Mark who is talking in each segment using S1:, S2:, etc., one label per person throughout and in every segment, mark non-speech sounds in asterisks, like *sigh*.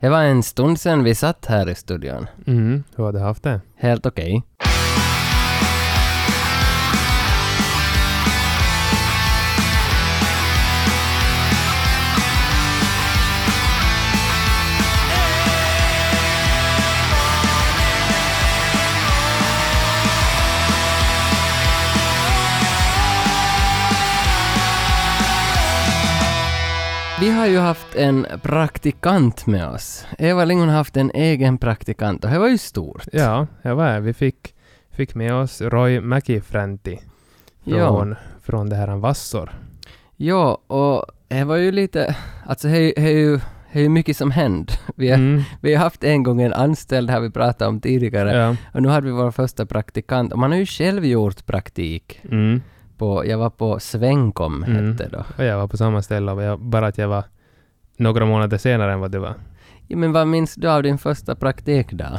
S1: Det var en stund sedan vi satt här i studion.
S2: Mm, hur har du haft det?
S1: Helt okej. Vi har ju haft en praktikant med oss. Eva Lingon har haft en egen praktikant och det var ju stort.
S2: Ja, jag var här. Vi fick, fick med oss Roy McIfrenti
S1: Ja.
S2: från, från det här Vassor.
S1: Ja, och det var ju lite... Alltså det är ju- det är ju mycket som hände. Vi, har-
S2: Mm,
S1: vi har haft en gång en anställd här vi pratade om tidigare.
S2: ja.
S1: Och nu hade vi vår första praktikant. Och man har ju själv gjort praktik.
S2: Mm.
S1: På, jag var på Svenkom,
S2: Mm.
S1: hette då.
S2: Och jag var på samma ställe, och jag, bara att jag var några månader senare än vad du var.
S1: Ja, men vad minns du av din första praktikdag?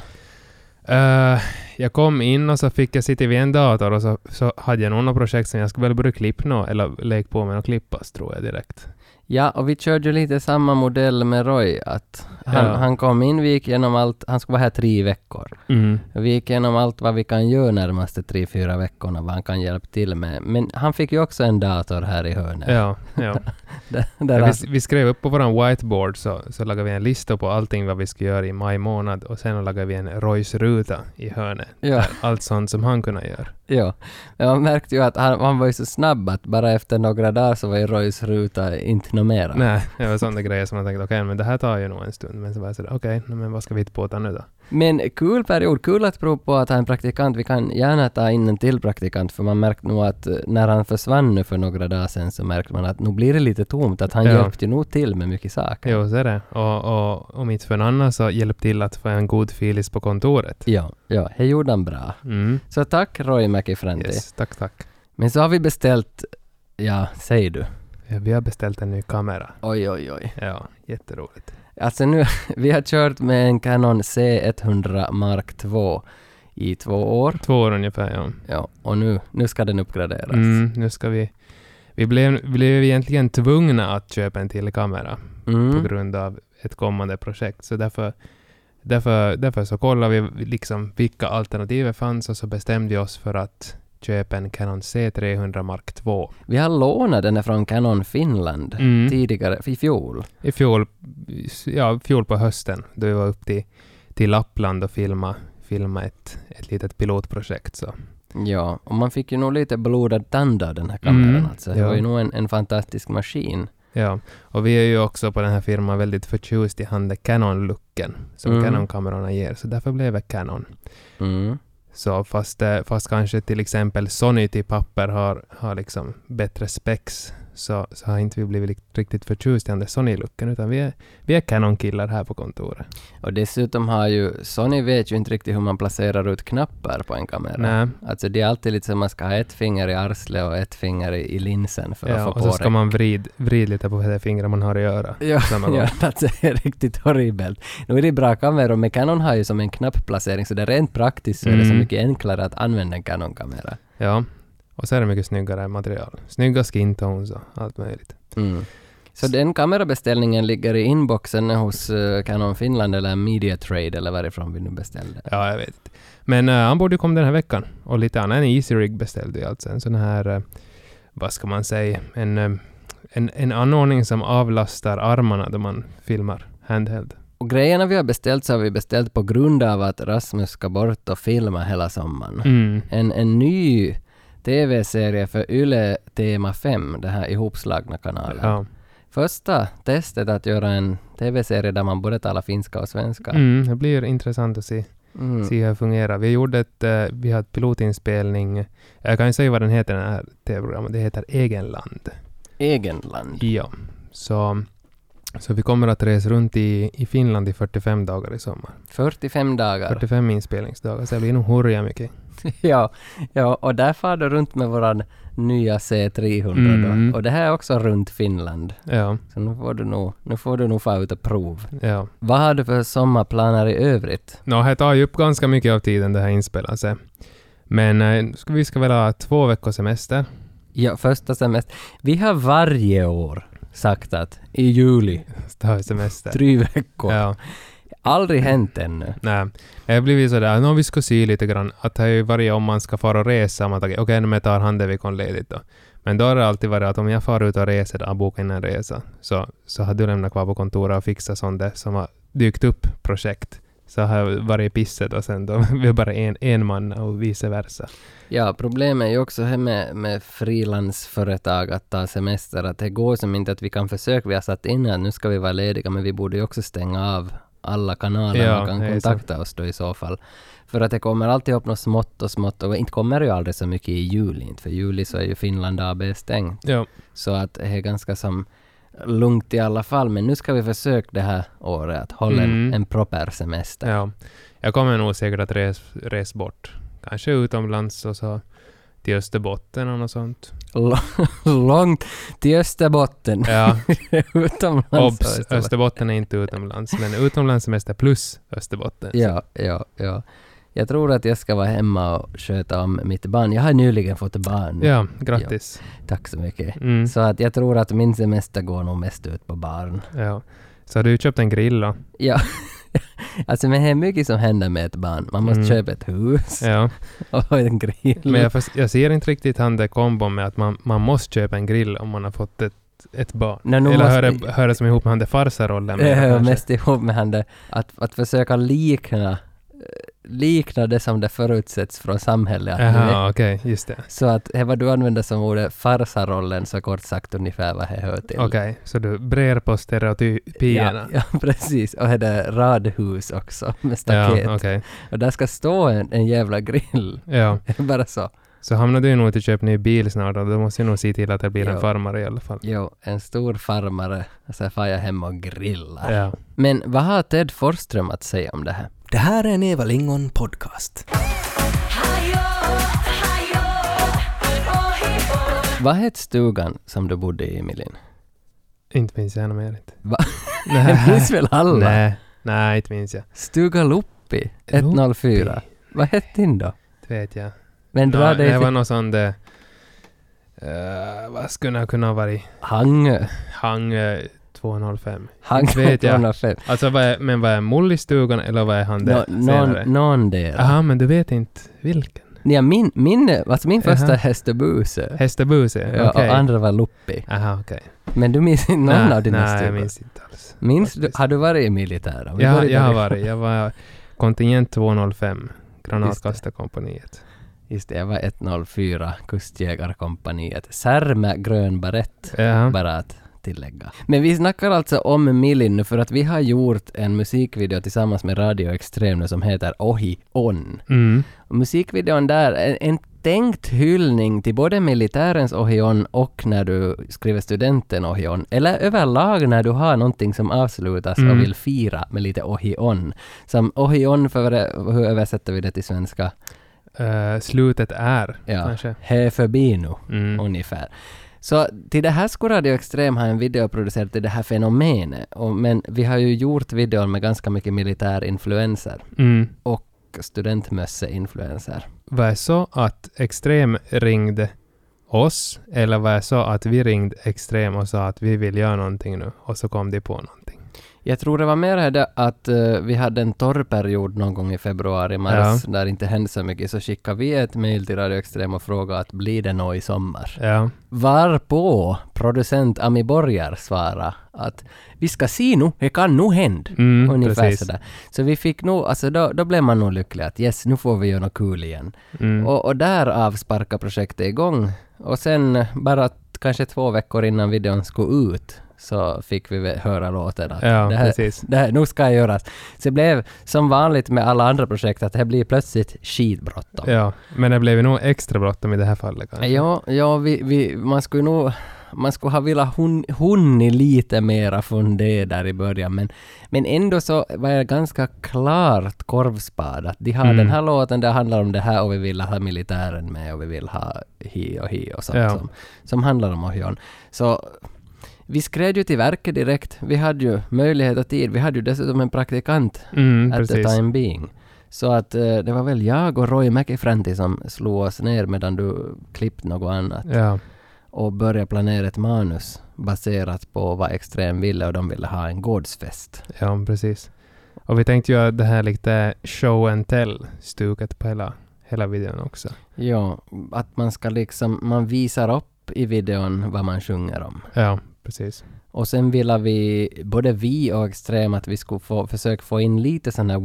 S2: Eh, jag kom in och så fick jag sitta vid en dator och så, så hade jag några projekt som jag skulle väl börja klippa nå, eller lägga på mig och klippas tror jag direkt.
S1: Ja, och vi körde ju lite samma modell med Roy. Att han,
S2: Ja.
S1: han kom in, vi gick igenom allt. Han skulle vara här tre veckor.
S2: Mm.
S1: Vi gick igenom allt vad vi kan göra närmaste tre, fyra veckorna, vad han kan hjälpa till med. Men han fick ju också en dator här i hörnet.
S2: Ja, ja.
S1: *laughs* Där, där
S2: Ja,
S1: han,
S2: vi, vi skrev upp på vår whiteboard så, så lagade vi en lista på allting vad vi skulle göra i maj månad och sen lagade vi en Roys ruta i hörnet.
S1: *laughs* ja,
S2: Allt sånt som han kunde göra.
S1: ja. Men man märkte ju att han, han var ju så snabb att bara efter några dagar så var ju Roys ruta inte nå mera.
S2: Nej, det var sådana grejer som man tänkte okej, men det här tar ju nog en stund. Men så var jag sådär okej, nej, men vad ska vi hitta på att ta nu då?
S1: Men kul period, kul att prova på att ha en praktikant. Vi kan gärna ta in en till praktikant för man märkte nog att eh, när han försvann nu för några dagar sedan så märkte man att nu blir det lite tomt, att han
S2: Ja.
S1: hjälpte ju nog till med mycket saker.
S2: Jo, så är det. Och, och om inte för någon annan så hjälp till att få en god filis på kontoret.
S1: Ja, ja, det gjorde han bra.
S2: Mm.
S1: Så tack Roy McIfrenti.
S2: Yes, tack, tack.
S1: Men så har vi beställt, ja, säg du.
S2: Ja, vi har beställt en ny kamera.
S1: Oj, oj, oj.
S2: Ja, jätteroligt.
S1: Alltså nu, *laughs* vi har kört med en Canon C100 Mark II i två år.
S2: Två år ungefär, ja.
S1: Ja, och nu, nu ska den uppgraderas.
S2: Mm, nu ska vi... Vi blev, blev egentligen tvungna att köpa en till kamera
S1: Mm.
S2: på grund av ett kommande projekt. Så därför, därför, därför så kollade vi liksom vilka alternativ fanns och så bestämde vi oss för att köpa en Canon C300 Mark II.
S1: Vi har lånat den här från Canon Finland
S2: Mm.
S1: tidigare, i fjol.
S2: I fjol, ja, fjol på hösten då vi var upp till, till Lappland och filma, filma ett, ett litet pilotprojekt. Så.
S1: Ja, och man fick ju nog lite blodad tand av den här kameran
S2: Mm,
S1: alltså. Det
S2: ja.
S1: var ju nog en, en fantastisk maskin.
S2: Ja, och vi är ju också på den här firman väldigt förtjust i handen Canon-looken som
S1: Mm.
S2: Canon-kamerorna ger, så därför blev det Canon.
S1: Mm.
S2: Så fast, eh, fast kanske till exempel Sony till papper har, har liksom bättre specs så, så har inte vi blivit likt- riktigt förtjust i den där Sony-looken utan vi är, vi är Canon-killar här på kontoret.
S1: Och dessutom har ju Sony vet ju inte riktigt hur man placerar ut knappar på en kamera.
S2: Nej.
S1: Alltså det är alltid lite som man ska ha ett finger i arslet och ett finger i, i linsen för att
S2: Ja,
S1: få
S2: och
S1: på
S2: så
S1: det.
S2: ska man vrid, vrid lite på vilka fingrar man har i öra.
S1: Ja,
S2: samma
S1: *laughs*
S2: gång.
S1: ja, alltså det är riktigt horribelt. Nu är det bra kameror, men Canon har ju som en knappplacering, så det är rent praktiskt så är det så
S2: Mm.
S1: mycket enklare att använda en Canon-kamera.
S2: Ja, och så är det mycket snyggare material. Snygga skin tones och allt möjligt.
S1: Mm. Så den kamerabeställningen ligger i inboxen hos eh, Canon Finland eller Media Trade eller varifrån vi nu beställde.
S2: Ja, jag vet inte. Men eh, han borde ju komma den här veckan. Och lite annan en Easy Rig beställde jag alltså. En sån här, eh, vad ska man säga, en, eh, en, en anordning som avlastar armarna då man filmar handheld.
S1: Och grejerna vi har beställt så har vi beställt på grund av att Rasmus ska bort och filma hela sommaren.
S2: Mm.
S1: En, en ny TV-serie för Yle Tema 5, den här ihopslagna kanalen.
S2: Ja.
S1: Första testet att göra en TV-serie där man både talar finska och svenska.
S2: Mm, det blir intressant att se,
S1: Mm.
S2: se hur det fungerar. Vi gjorde ett, eh, vi hade ett pilotinspelning. Jag kan ju säga vad den heter, den här tv-programmet. Det heter Egenland.
S1: Egenland.
S2: Ja, så, så vi kommer att resa runt i, i Finland i 45 dagar i sommar.
S1: 45 dagar.
S2: 45 inspelningsdagar, så det blir nog hurja mycket.
S1: *laughs* ja, ja, och där far du runt med våran nya C300
S2: Mm.
S1: då. Och det här är också runt Finland.
S2: Ja,
S1: Så nu får du nog, nu får du nog få ut och prov.
S2: ja.
S1: Vad har du för sommarplaner i övrigt?
S2: Nå, det tar ju upp ganska mycket av tiden det här inspelandet. Men eh, ska- vi ska väl ha två veckors semester. *laughs*
S1: Ja, första semester. Vi har varje år sagt att i juli,
S2: Så tar vi semester.
S1: tre veckor.
S2: Ja,
S1: Aldrig hänt ännu.
S2: Nej. Jag har blivit sådär, nå vi ska se lite grann. Att det har ju varit om man ska fara och resa, man tänker okej, okay, men jag tar handlevikon ledigt då. Men då har det alltid varit att om jag far ut och reser, jag bokar in en resa, så, så har du lämnat kvar på kontoret och fixat sånt där som har dykt upp projekt. Så har varit pisset och sen då *laughs* vi är bara en, en man och vice versa.
S1: Ja, problemet är ju också här med, med frilansföretag att ta semester, att det går som inte att vi kan försöka, vi har satt in att nu ska vi vara lediga, men vi borde ju också stänga av alla kanaler
S2: Ja,
S1: man
S2: det
S1: kan
S2: är
S1: kontakta oss då i så fall. För att det kommer alltid upp något smått och smått och inte kommer det ju aldrig så mycket i juli inte, för i juli så är ju Finland AB stängt.
S2: Ja,
S1: Så att det är ganska som lugnt i alla fall, men nu ska vi försöka det här året att hålla en,
S2: Mm.
S1: en proper semester.
S2: ja. Jag kommer nog säkert att res, res bort. Kanske utomlands och så till Österbotten och
S1: *laughs*
S2: något sånt.
S1: L- långt till Österbotten. *laughs*
S2: Ja,
S1: Utomlands. och
S2: obs!
S1: Österbotten.
S2: Österbotten är inte utomlands, men utomlandssemester plus Österbotten.
S1: Ja, ja, ja. Jag tror att jag ska vara hemma och sköta om mitt barn. Jag har nyligen fått barn.
S2: Ja, grattis.
S1: Tack så mycket.
S2: Mm.
S1: Så att jag tror att min semester går nog mest ut på barn.
S2: Ja. Så har du köpt en grill då?
S1: Ja. alltså men det är mycket som händer med ett barn. Man måste
S2: Mm.
S1: köpa ett hus
S2: Ja.
S1: *laughs* och en grill.
S2: Men jag, först- jag ser inte riktigt han där kombon med att man, man måste köpa en grill om man har fått ett, ett barn.
S1: Nej, nu
S2: Eller
S1: måste-
S2: hör,
S1: *laughs*
S2: det, hör det som ihop med han där farsarollen?
S1: Det
S2: mera
S1: hör
S2: kanske?
S1: mest ihop med han där, att, att försöka likna, eh, likna det som det förutsätts från samhället. att det är.
S2: Jaha, okej, just det.
S1: Så att det vad du använder som ordet farsarollen så kort sagt ungefär vad det hör till.
S2: Okej, så du brer på stereotypierna?
S1: Ja, *laughs* ja, precis. Och det där radhus också med staket.
S2: ja okej.
S1: Och där ska stå en, en jävla grill. *laughs*
S2: Ja.
S1: Bara så.
S2: Så hamnar du ju nog inte köpa ny bil snart och då måste du nog se till att det blir
S1: Ja.
S2: en farmare i alla fall.
S1: Jo, en stor farmare. Och så far jag hem och grillar.
S2: Ja.
S1: Men vad har Ted Forsström att säga om det här? Det här är en Eva Lingon podcast.
S3: Hajo, hajo, ohi på.
S1: Vad hette stugan som du bodde i, Emilin?
S2: Inte minns jag något mer. Inte.
S1: Va? *laughs* Det
S2: Nej.
S1: minns väl alla?
S2: Nej. Nej, inte minns jag.
S1: Stuga Loppi 104. Vad hette din då?
S2: Det vet jag.
S1: Men dra
S2: Nej,
S1: dig
S2: det var
S1: till
S2: någon sån där... eh, vad skulle det kunna ha varit?
S1: Hangö.
S2: Hang eh, 205. Inte
S1: Hangö
S2: vet jag.
S1: 205.
S2: Alltså, vad är, men vad är Mollistugan eller vad är han där
S1: Nå-
S2: senare?
S1: någon, någon del.
S2: Aha, men du vet inte vilken?
S1: Ja, min, min, alltså min första
S2: Jaha.
S1: är Hästöbuse.
S2: Hästabuse?
S1: Ja,
S2: okej.
S1: Och andra var Loppi.
S2: Aha, okej.
S1: Men du minns inte någon
S2: Nej,
S1: av dina
S2: Nej,
S1: stugor?
S2: jag minns inte alls.
S1: Minns du,
S2: faktiskt.
S1: har du varit i militären? Har du
S2: Jag,
S1: varit
S2: jag har
S1: där i-
S2: varit. Jag var kontingent 205, granatkastarkompaniet.
S1: *laughs* Just det, jag var 104, Kustjägarkompaniet. Särmä grön barett.
S2: Ja.
S1: bara att tillägga. Men vi snackar alltså om Milin nu för att vi har gjort en musikvideo tillsammans med Radio Extrem nu som heter Ohi On.
S2: Mm.
S1: Och musikvideon där, en, en tänkt hyllning till både militärens Ohi On och när du skriver studenten Ohi On. Eller överlag när du har någonting som avslutas och
S2: Mm.
S1: vill fira med lite Ohi On. Som Ohi On, för, hur översätter vi det till svenska?
S2: Eh, slutet är,
S1: Ja,
S2: kanske.
S1: he förbi nu
S2: Mm.
S1: ungefär. Så till det här skulle Radio Extrem ha en video producerad till det här fenomenet. Och, men vi har ju gjort videon med ganska mycket militärinfluenser
S2: Mm.
S1: och studentmösseinfluenser.
S2: Var det så att Extrem ringde oss eller var det så att vi ringde Extrem och sa att vi vill göra någonting nu och så kom de på någonting?
S1: Jag tror det var mer det att eh, vi hade en torrperiod någon gång i februari, mars, där det inte hände så mycket, så skickade vi ett mejl till Radio Extrem och frågade att blir det nå i sommar?
S2: Ja.
S1: Varpå producent Ami Borgar svarade att vi ska se nu, det kan nu hända.
S2: Mm,
S1: Ungefär
S2: precis.
S1: sådär. Så vi fick nog, alltså då, då blev man nog lycklig att yes, nu får vi göra något kul igen.
S2: Mm.
S1: Och, och därav sparkade projektet igång. Och sen eh, bara t- kanske två veckor innan videon skulle ut så fick vi vä- höra låten att
S2: Ja,
S1: det, här,
S2: precis.
S1: det här, nu ska jag göras. Så det blev som vanligt med alla andra projekt att det blir plötsligt skitbråttom.
S2: Ja, men det blev ju nog extra bråttom i det här fallet kanske.
S1: Ja, ja vi, vi, man skulle nog man skulle ha velat hun, hunnit lite mera fundera där i början men, men ändå så var jag ganska klart korvspad att de har
S2: Mm.
S1: den här låten, det handlar om det här och vi vill ha militären med och vi vill ha hi och hi och sånt
S2: Ja.
S1: som, som handlar om Ohion. Så vi skred ju till verket direkt, vi hade ju möjlighet och tid, vi hade ju dessutom en praktikant
S2: Mm,
S1: at
S2: precis.
S1: the time being. Så att eh, det var väl jag och Roy McIfranti som slog oss ner medan du klippte något annat
S2: Ja.
S1: och började planera ett manus baserat på vad Extrem ville och de ville ha en gårdsfest.
S2: ja, precis. Och vi tänkte göra det här lite show and tell-stuket på hela, hela videon också.
S1: Ja, att man ska liksom, man visar upp i videon vad man sjunger om.
S2: Ja, precis.
S1: Och sen ville vi, både vi och Extrem, att vi skulle få, försöka få in lite sån här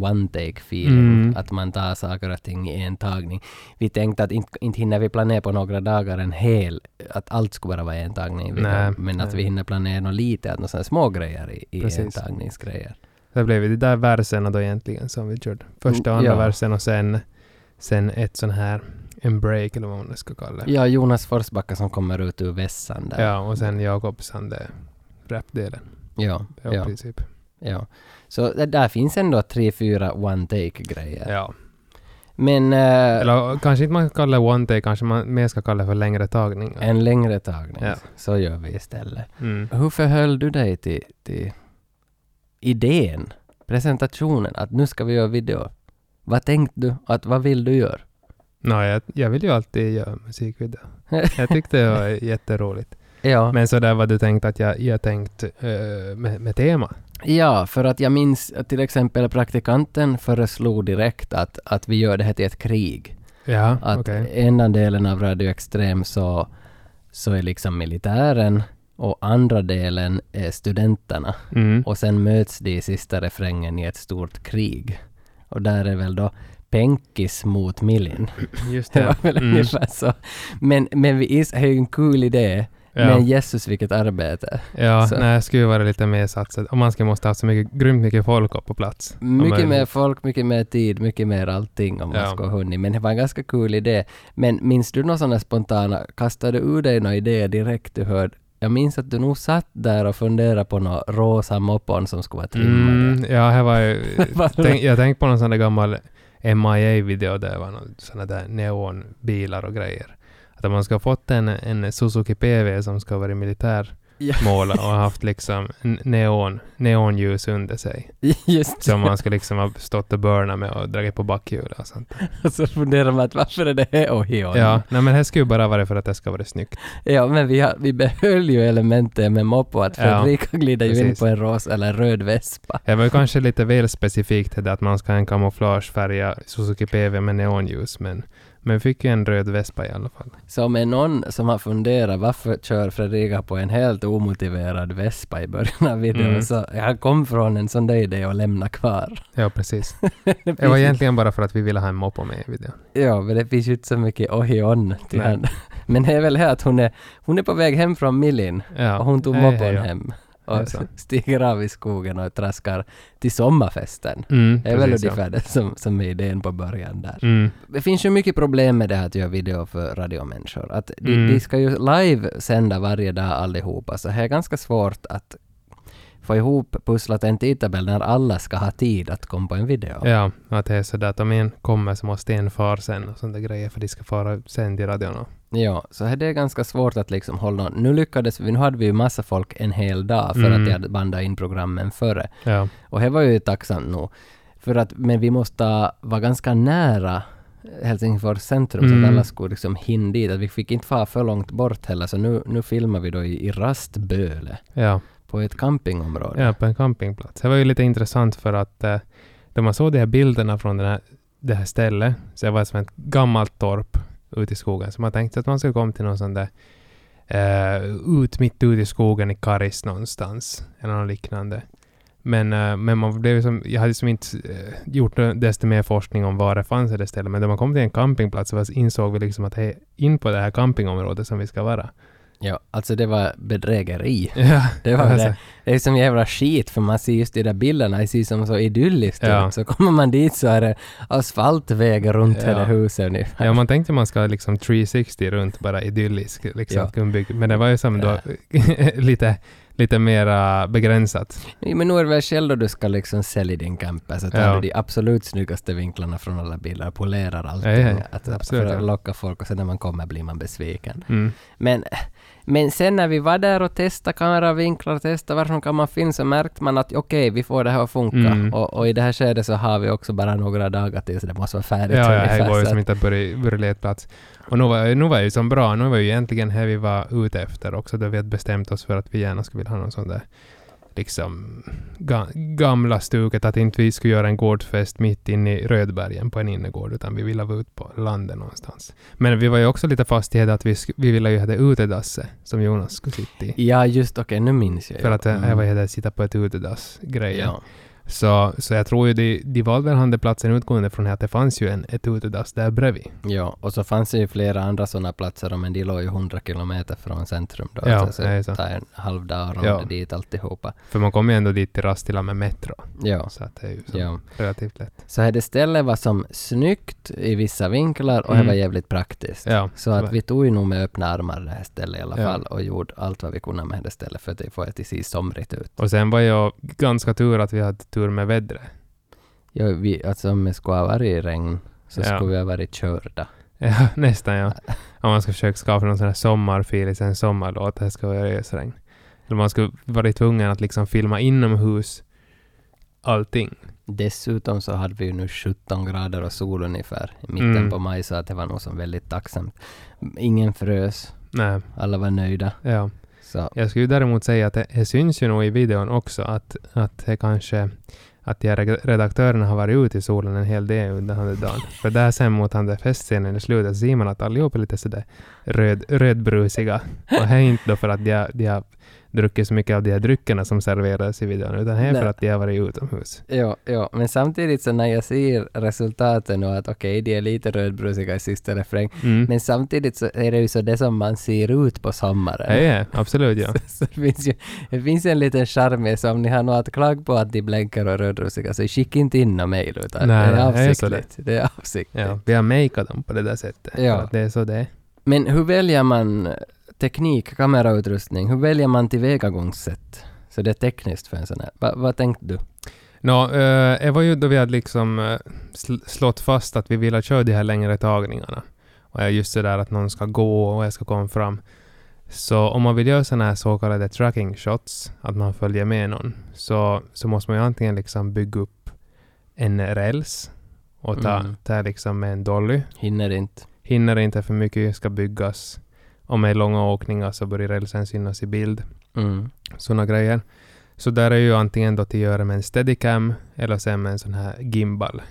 S1: one-take-feeling.
S2: Mm.
S1: Att man tar saker och ting i en tagning. Vi tänkte att inte, inte hinner vi planera på några dagar en hel, att allt skulle bara vara en tagning.
S2: Nej,
S1: Men att
S2: nej.
S1: vi hinner planera något lite, att några såna här små grejer i, i en
S2: Precis.
S1: tagningsgrejer.
S2: Det blev det där verserna då egentligen som vi körde. Första och andra
S1: Mm, Ja.
S2: versen och sen, sen ett sån här, en break eller vad man nu ska kalla det.
S1: Ja, Jonas Forsbacka som kommer ut ur vässan där.
S2: Ja, och sen Jakob Sande, rapdelen.
S1: Ja,
S2: Ja,
S1: Ja.
S2: i princip.
S1: ja. Så det- där finns ändå tre, fyra one-take-grejer.
S2: Ja.
S1: Men... eh,
S2: Eller kanske inte man ska kalla det one take, kanske man mer ska kalla det för längre tagningar.
S1: En längre tagning.
S2: Ja.
S1: Så gör vi istället.
S2: Mm.
S1: Hur förhöll du dig till, till idén, presentationen, att nu ska vi göra video? Vad tänkte du? Att, vad vill du göra?
S2: Nej, jag, jag vill ju alltid göra
S1: *laughs*
S2: musikvideo. jag tyckte det var jätteroligt.
S1: Ja.
S2: Men så där vad du tänkt att jag, jag tänkt eh, med, med tema.
S1: ja, för att jag minns att till exempel praktikanten föreslog direkt att, att vi gör det här till ett krig.
S2: Ja,
S1: Att
S2: okej.
S1: ena delen av Radio Extrem så, så är liksom militären och andra delen är studenterna.
S2: Mm.
S1: och sen möts de i sista refrängen i ett stort krig. Och där är väl då Penkis mot Millin. *laughs*
S2: Just
S1: Det var väl
S2: Mm.
S1: ungefär så. Men, men vi is, det är ju en kul idé.
S2: Ja.
S1: Men Jesus vilket arbete.
S2: Ja,
S1: Så.
S2: nej, jag skulle vara lite mer satsad. Och man skulle måste ha så mycket, grymt mycket folk upp på plats. Om
S1: Mycket
S2: möjligt.
S1: mer folk, mycket mer tid, mycket mer allting om man
S2: Ja.
S1: ska ha hunnit. Men det var en ganska kul idé. Men minns du några sådana spontana, kastade du ur dig några idéer direkt du hörde? Jag minns att du nog satt där och funderade på några rosa moppon som skulle vara trimmade. *laughs*
S2: Mm, ja, här var ju...
S1: Vad
S2: tänk, jag tänkte på någon sån där gammal MIA-video där det var någon såna där neonbilar och grejer. Att man ska ha fått en, en Suzuki PV som ska vara i
S1: Ja.
S2: militärmåla och haft liksom n- neon, neonljus under sig.
S1: Just
S2: Som man ska liksom ha stått och burnat med och dragit på bakhjulet och sånt.
S1: Och *laughs* så funderar man att varför är det här Ohion?
S2: Ja, nej men det skulle ju bara vara för att det ska vara snyggt.
S1: ja, men vi, har, vi behöll ju elementet med moppo att
S2: Ja,
S1: Fredrika glider ju in
S2: precis.
S1: på en rosa eller röd vespa.
S2: Det var ju kanske lite väl specifikt det där att man ska ha en kamouflagefärgad Suzuki PV med neonljus, men, men vi fick ju en röd vespa i alla fall.
S1: Så om det är någon som har funderat varför kör Fredrika på en helt omotiverad vespa i början av videon
S2: Mm.
S1: så han kom från en sån där idé och lämna kvar. *laughs*
S2: Ja, precis.
S1: Det
S2: *laughs* Det var
S1: finns-
S2: egentligen bara för att vi ville ha en moppo med i videon.
S1: Ja, men det finns ju inte så mycket Ohion till
S2: Nej.
S1: han. *laughs* Men det är väl här att hon är, hon är på väg hem från Millin
S2: Ja.
S1: och hon tog
S2: Hej, hej,
S1: moppon
S2: ja.
S1: hem
S2: Det
S1: och
S2: är så.
S1: *laughs* stiger av i skogen och traskar till sommarfesten.
S2: Mm,
S1: Det är väl
S2: precis,
S1: ungefär det som, som är idén på början där.
S2: ja. Mm,
S1: Det finns ju mycket problem med det här att göra video för radiomänniskor. Att de,
S2: Mm.
S1: de ska ju live sända varje dag allihopa, så här är ganska svårt att få ihop pusslat en tidtabell när alla ska ha tid att komma på en video.
S2: ja, att det är sådär att om en kommer så måste en far sen och sådana grejer för de ska fara sen till radion. och-
S1: Ja, så här det är ganska svårt att liksom hålla... Nu lyckades vi, nu hade vi ju massa folk en hel dag för
S2: Mm.
S1: att de hade bandat in programmen före.
S2: Ja,
S1: Och det var ju tacksamt nog. För att, men vi måste vara ganska nära Helsingfors centrum så
S2: Mm.
S1: att alla skulle liksom hinna dit. Att vi fick inte fara för långt bort heller. Så nu, nu filmar vi då i, i Rastböle
S2: ja,
S1: på ett campingområde.
S2: ja, på en campingplats. Det var ju lite intressant för att eh, då man såg de här bilderna från den här, det här stället så det var som ett gammalt torp ute i skogen. Så man tänkte att man skulle komma till någon sån där eh, ut mitt ute i skogen i Karis någonstans eller något liknande. Men, eh, men man blev som, jag hade som inte eh, gjort nå- desto mer forskning om var det fanns i det stället. Men när man kom till en campingplats så insåg vi liksom att hej, in på det här campingområdet som vi ska vara.
S1: Ja, alltså det var bedrägeri.
S2: *laughs* Ja,
S1: Det var
S2: alltså,
S1: det. Det är som jävla skit för man ser just de där bilderna, det ser som så idylliskt
S2: Ja.
S1: ut. Så kommer man dit så är det asfaltväg runt
S2: Ja.
S1: hela huset ungefär.
S2: Ja, man tänkte man ska liksom 360 runt, bara idyllisk.
S1: Ja.
S2: Liksom, ja. Men det var ju som då *laughs* lite, lite mera begränsat.
S1: Nej, Men nu är det väl själv då du ska liksom sälja din camper så tar
S2: Ja.
S1: du de absolut snyggaste vinklarna från alla bilder och polerar allting
S2: Ja, ja, ja.
S1: Att,
S2: Absolut,
S1: för att
S2: ja.
S1: locka folk och sen när man kommer blir man besviken.
S2: Mm.
S1: Men, men sen när vi var där och testade kameravinklar, testade varifrån kan man film så märkte man att okej, vi får det här att funka.
S2: Mm.
S1: Och, och i det här skedet så har vi också bara några dagar tills det måste vara färdigt.
S2: Ja, ja,
S1: ungefär,
S2: här var ju
S1: så
S2: som
S1: att-
S2: inte började letplats. Och nu var, nu var jag ju som bra, nu var ju egentligen här vi var ute efter också, då vi hade bestämt oss för att vi gärna skulle vilja ha någon sån där liksom ga- gamla stuket att inte vi skulle göra en gårdsfest mitt inne i Rödbergen på en innergård utan vi ville vara ute på landet någonstans. Men vi var ju också lite fast i det att vi, sk- vi ville ju ha det utedasse som Jonas skulle sitta i.
S1: Ja, just okej, nu minns jag.
S2: För
S1: ju.
S2: att mm.
S1: Mm.
S2: vad heter det, sitta på ett utedass-grejen.
S1: Ja.
S2: Så, så jag tror ju de, de valde väl handeplatsen utgående från att det fanns ju en, ett utedass där bredvid.
S1: ja, och så fanns det ju flera andra sådana platser, men de låg ju 100 kilometer från centrum då.
S2: Ja,
S1: alltså, så
S2: det är
S1: det
S2: så.
S1: tar en halv dag att
S2: Ja.
S1: rada dit alltihopa.
S2: För man kom ju ändå dit till Rastila med metro.
S1: Ja.
S2: Så att det är ju så
S1: Ja.
S2: relativt lätt.
S1: Så här det stället var som snyggt i vissa vinklar och
S2: Mm.
S1: det var jävligt praktiskt.
S2: Ja,
S1: Så
S2: var-
S1: att vi tog ju nog med öppna armar det här stället i alla
S2: Ja.
S1: fall och gjorde allt vad vi kunde med det stället för att det får ett i sig somrigt ut.
S2: Och sen var jag ganska tur att vi hade tur med vädret. *laughs*
S1: Ja, vi, alltså om vi skulle ha varit i regn så
S2: Ja.
S1: skulle vi ha varit körda.
S2: Ja, nästan ja. Om man ska försöka skapa någon sån här sommarfil i en sommarlåt, det här ska vara ösregn. Eller man skulle varit tvungen att liksom filma inomhus allting.
S1: Dessutom så hade vi ju nu 17 grader och sol ungefär i mitten
S2: Mm.
S1: på maj så att det var nog som väldigt tacksamt. Ingen frös,
S2: Nej,
S1: alla var nöjda.
S2: ja.
S1: Så
S2: Jag skulle ju däremot säga att det, det syns ju nog i videon också att, att det kanske att de här redaktörerna har varit ute i solen en hel del under den här dagen. För där sen mot den där festscenen i slutet så ser man att allihopa är lite sådär röd, rödbrusiga. Och det är inte då för att de, har- de har druckit så mycket av de här dryckerna som serverades i videon, utan det är för
S1: Nej.
S2: att de har varit utomhus.
S1: Ja, ja, men samtidigt så när jag ser resultaten och att okej, de är lite rödbrusiga i sista refräng,
S2: Mm.
S1: men samtidigt så är det ju så det som man ser ut på *laughs*
S2: Ja,
S1: sommaren.
S2: ja, absolut ja.
S1: Så det, finns ju, det finns en liten charm i, så om ni har något klag på att de blänkar och är rödbrusiga så skicka inte in något mejl utan
S2: Nej,
S1: det
S2: nej,
S1: är
S2: det är så
S1: avsiktligt. Det är avsiktligt.
S2: ja. Vi har makeat dem på det där sättet.
S1: Ja.
S2: För att det är så det är.
S1: Men hur väljer man eh, teknik, kamerautrustning, hur väljer man tillvägagångssätt? Så det är tekniskt för en sån här. Va, vad tänkte du?
S2: Nå, eh, det var ju då vi hade liksom eh, sl- slått fast att vi ville köra de här längre tagningarna. Och jag just sådär att någon ska gå och jag ska komma fram. Så om man vill göra sådana här så kallade tracking shots, att man följer med någon, så, så måste man ju antingen liksom bygga upp en räls och ta,
S1: Mm.
S2: ta liksom med en dolly.
S1: Hinner inte.
S2: Hinner inte för mycket ska byggas. Om det är långa åkningar så börjar rälsen synas i bild
S1: Mm.
S2: sådana grejer. Så där är ju antingen då att göra med en steadicam eller sen med en sån här gimbal.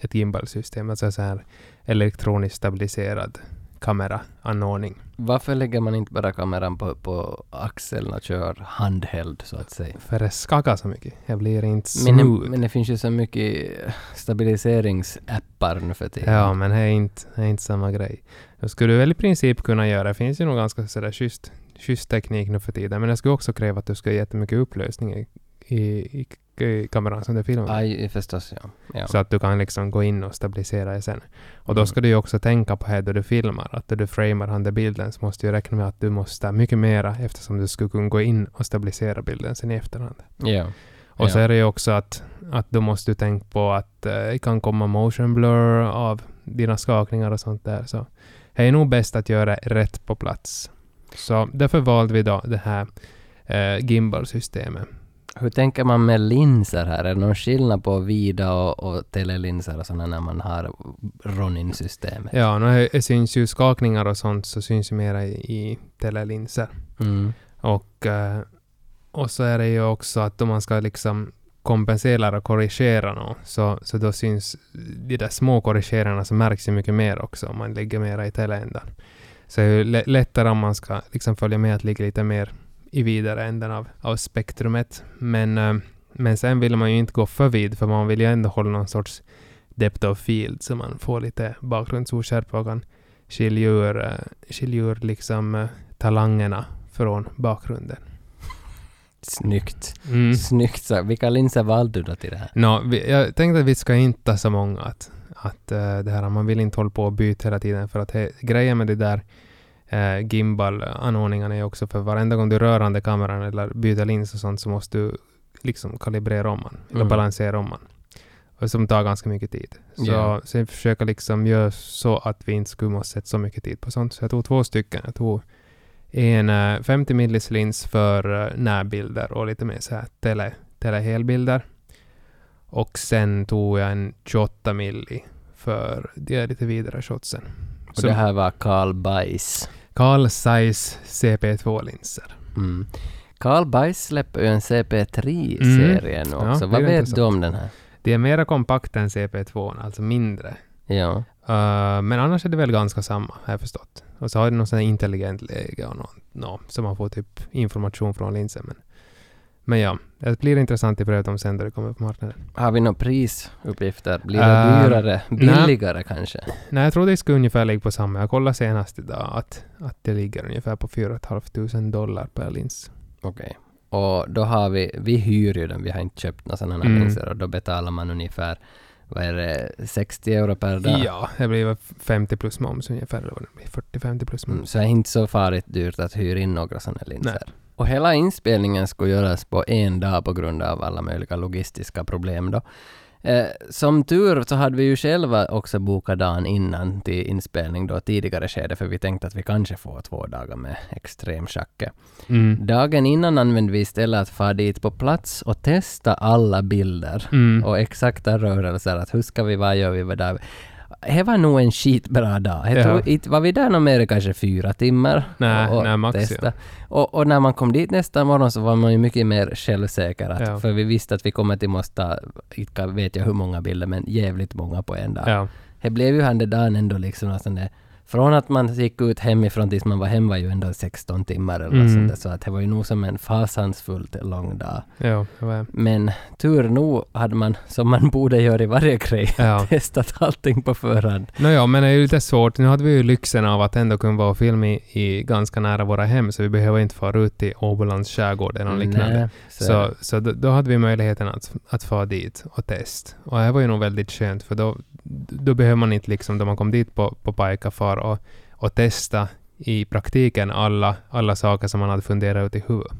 S2: Ett gimbalsystem, alltså så här elektroniskt stabiliserad kameraanordning.
S1: Varför lägger man inte bara kameran på, på axeln och kör handheld så att säga?
S2: För det skakar så mycket. Jag blir inte
S1: Men, det-
S2: smooth.
S1: men det finns ju så mycket eh, stabiliseringsappar nu för tiden.
S2: ja, men det är inte, det är inte samma grej. Då skulle du väl i princip kunna göra, det finns ju nog ganska sådär schysst, schysst teknik nu för tiden, men det skulle också kräva att du ska ha jättemycket upplösning i, i, i, i kameran som du filmar. med.
S1: Aj, förstås ja. ja.
S2: Så att du kan liksom gå in och stabilisera det sen. Och då
S1: Mm.
S2: ska du ju också tänka på här då du filmar, att då du framar handbilden så måste du räkna med att du måste mycket mera eftersom du skulle kunna gå in och stabilisera bilden sen i efterhand.
S1: ja.
S2: Och så
S1: Ja.
S2: är det ju också att, att då måste du tänka på att eh, det kan komma motion blur av dina skakningar och sånt där. Så det är nog bäst att göra rätt på plats. Så därför valde vi då det här eh, gimbal-systemet.
S1: Hur tänker man med linser här? Är det någon skillnad på vida och, och telelinser och sådana när man har Ronin-systemet?
S2: Ja, nu det syns ju skakningar och sånt så syns ju mera i, i telelinser.
S1: Mm.
S2: Och, eh, och så är det ju också att om man ska liksom kompensera och korrigera något så, så då syns de där små korrigerarna så märks ju mycket mer också om man ligger mera i teleändan. Så det är ju lä- lättare om man ska liksom följa med att ligga lite mer i vidare änden av, av spektrumet. Men, eh, men sen vill man ju inte gå för vid för man vill ju ändå hålla någon sorts depth of field så man får lite bakgrundsoskärpa och kan skilja ur, eh, skilja ur liksom eh, talangerna från bakgrunden.
S1: Snyggt.
S2: Mm.
S1: Snyggt sagt. Vilka linser valde du då till det här?
S2: Nå, vi, jag tänkte att vi ska inte ta så många att, att eh, det här, man vill inte hålla på och byta hela tiden för att he, grejen med det där uh, gimbal-anordningarna är också för varenda gång du rör an dig kameran eller byter lins och sånt så måste du liksom kalibrera om man, eller
S1: Mm.
S2: balansera om man. Och som tar ganska mycket tid. Så,
S1: Ja.
S2: så jag försöker liksom göra så att vi inte skulle måste sätta så mycket tid på sånt. Så jag tog två stycken. Jag tog en eh, 50 millis lins för eh, närbilder och lite mer så här tele, telehelbilder. Och sen tog jag en 28 milli för de här lite vidare shotsen.
S1: Och
S2: Så
S1: det här var Carl Bajs.
S2: Carl Zeiss CP2-linser.
S1: Mm. Carl Bajs släpper ju en CP3-serie nu
S2: Mm. Ja,
S1: också.
S2: det
S1: Vad
S2: är
S1: vet du
S2: intressant.
S1: om den här?
S2: Det är mera kompakt än CP2, alltså mindre.
S1: Ja.
S2: Eh, men annars är det väl ganska samma, har jag förstått. Och så har det någon sån här intelligent läge och något, nå, så man får typ information från linsen. Men, men ja, det blir intressant i pröva om sen då det kommer på marknaden.
S1: Har vi några prisuppgifter? Blir
S2: Ehm,
S1: det dyrare? Billigare kanske?
S2: Nej, jag tror det skulle ungefär ligga på samma. Jag kollade senast idag att, att det ligger ungefär på 4 500 dollar per lins.
S1: Okej. Och då har vi, vi hyr ju den, vi har inte köpt några sådana här
S2: Mm.
S1: linser och då betalar man ungefär, vad är det, 60 euro per dag?
S2: Ja, det blir väl 50 plus moms ungefär, eller vad det blir, 40-50 plus
S1: Mm,
S2: moms.
S1: så det är inte så farligt dyrt att hyra in några sådana linser.
S2: Nej.
S1: Och hela inspelningen skulle göras på en dag på grund av alla möjliga logistiska problem då. Eh, som tur så hade vi ju själva också bokat dagen innan till inspelning då tidigare skede för vi tänkte att vi kanske får två dagar med extremschacke.
S2: Mm.
S1: Dagen innan använde vi istället att fara dit på plats och testa alla bilder
S2: Mm.
S1: och exakta rörelser. Att hur ska vi, vad gör vi, vad där. Det var nog en skitbra dag. Jag
S2: Ja.
S1: tror, inte- var vi där nog mer än kanske fyra timmar?
S2: Nej, nej, max, ja.
S1: Och, och när man kom dit nästa morgon så var man ju mycket mer självsäker. Att,
S2: Ja.
S1: För vi visste att vi kommer till måste, ta, inte vet jag hur många bilder, men jävligt många på en dag.
S2: Ja.
S1: Det blev ju han den dagen ändå liksom någon sån där, från att man gick ut hemifrån tills man var hemma var ju ändå 16 timmar eller något
S2: Mm.
S1: sånt där, så att det var ju nog som en fasansfullt lång dag.
S2: Ja, det var-
S1: Men tur nog hade man, som man borde göra i varje grej, *laughs*
S2: ja.
S1: testat allting på förhand.
S2: Nåja, men det är ju lite svårt. Nu hade vi ju lyxen av att ändå kunna vara och filma i, i ganska nära våra hem, så vi behöver inte fara ut till Åbolands skärgård eller något liknande.
S1: Nej, så,
S2: Så, så då, då hade vi möjligheten att, att fara dit och testa. Och det var ju nog väldigt skönt, för då, då behöver man inte liksom, då man kom dit på, på Paika, far och, och testa i praktiken alla, alla saker som man hade funderat ut i
S1: *laughs*
S2: huvudet.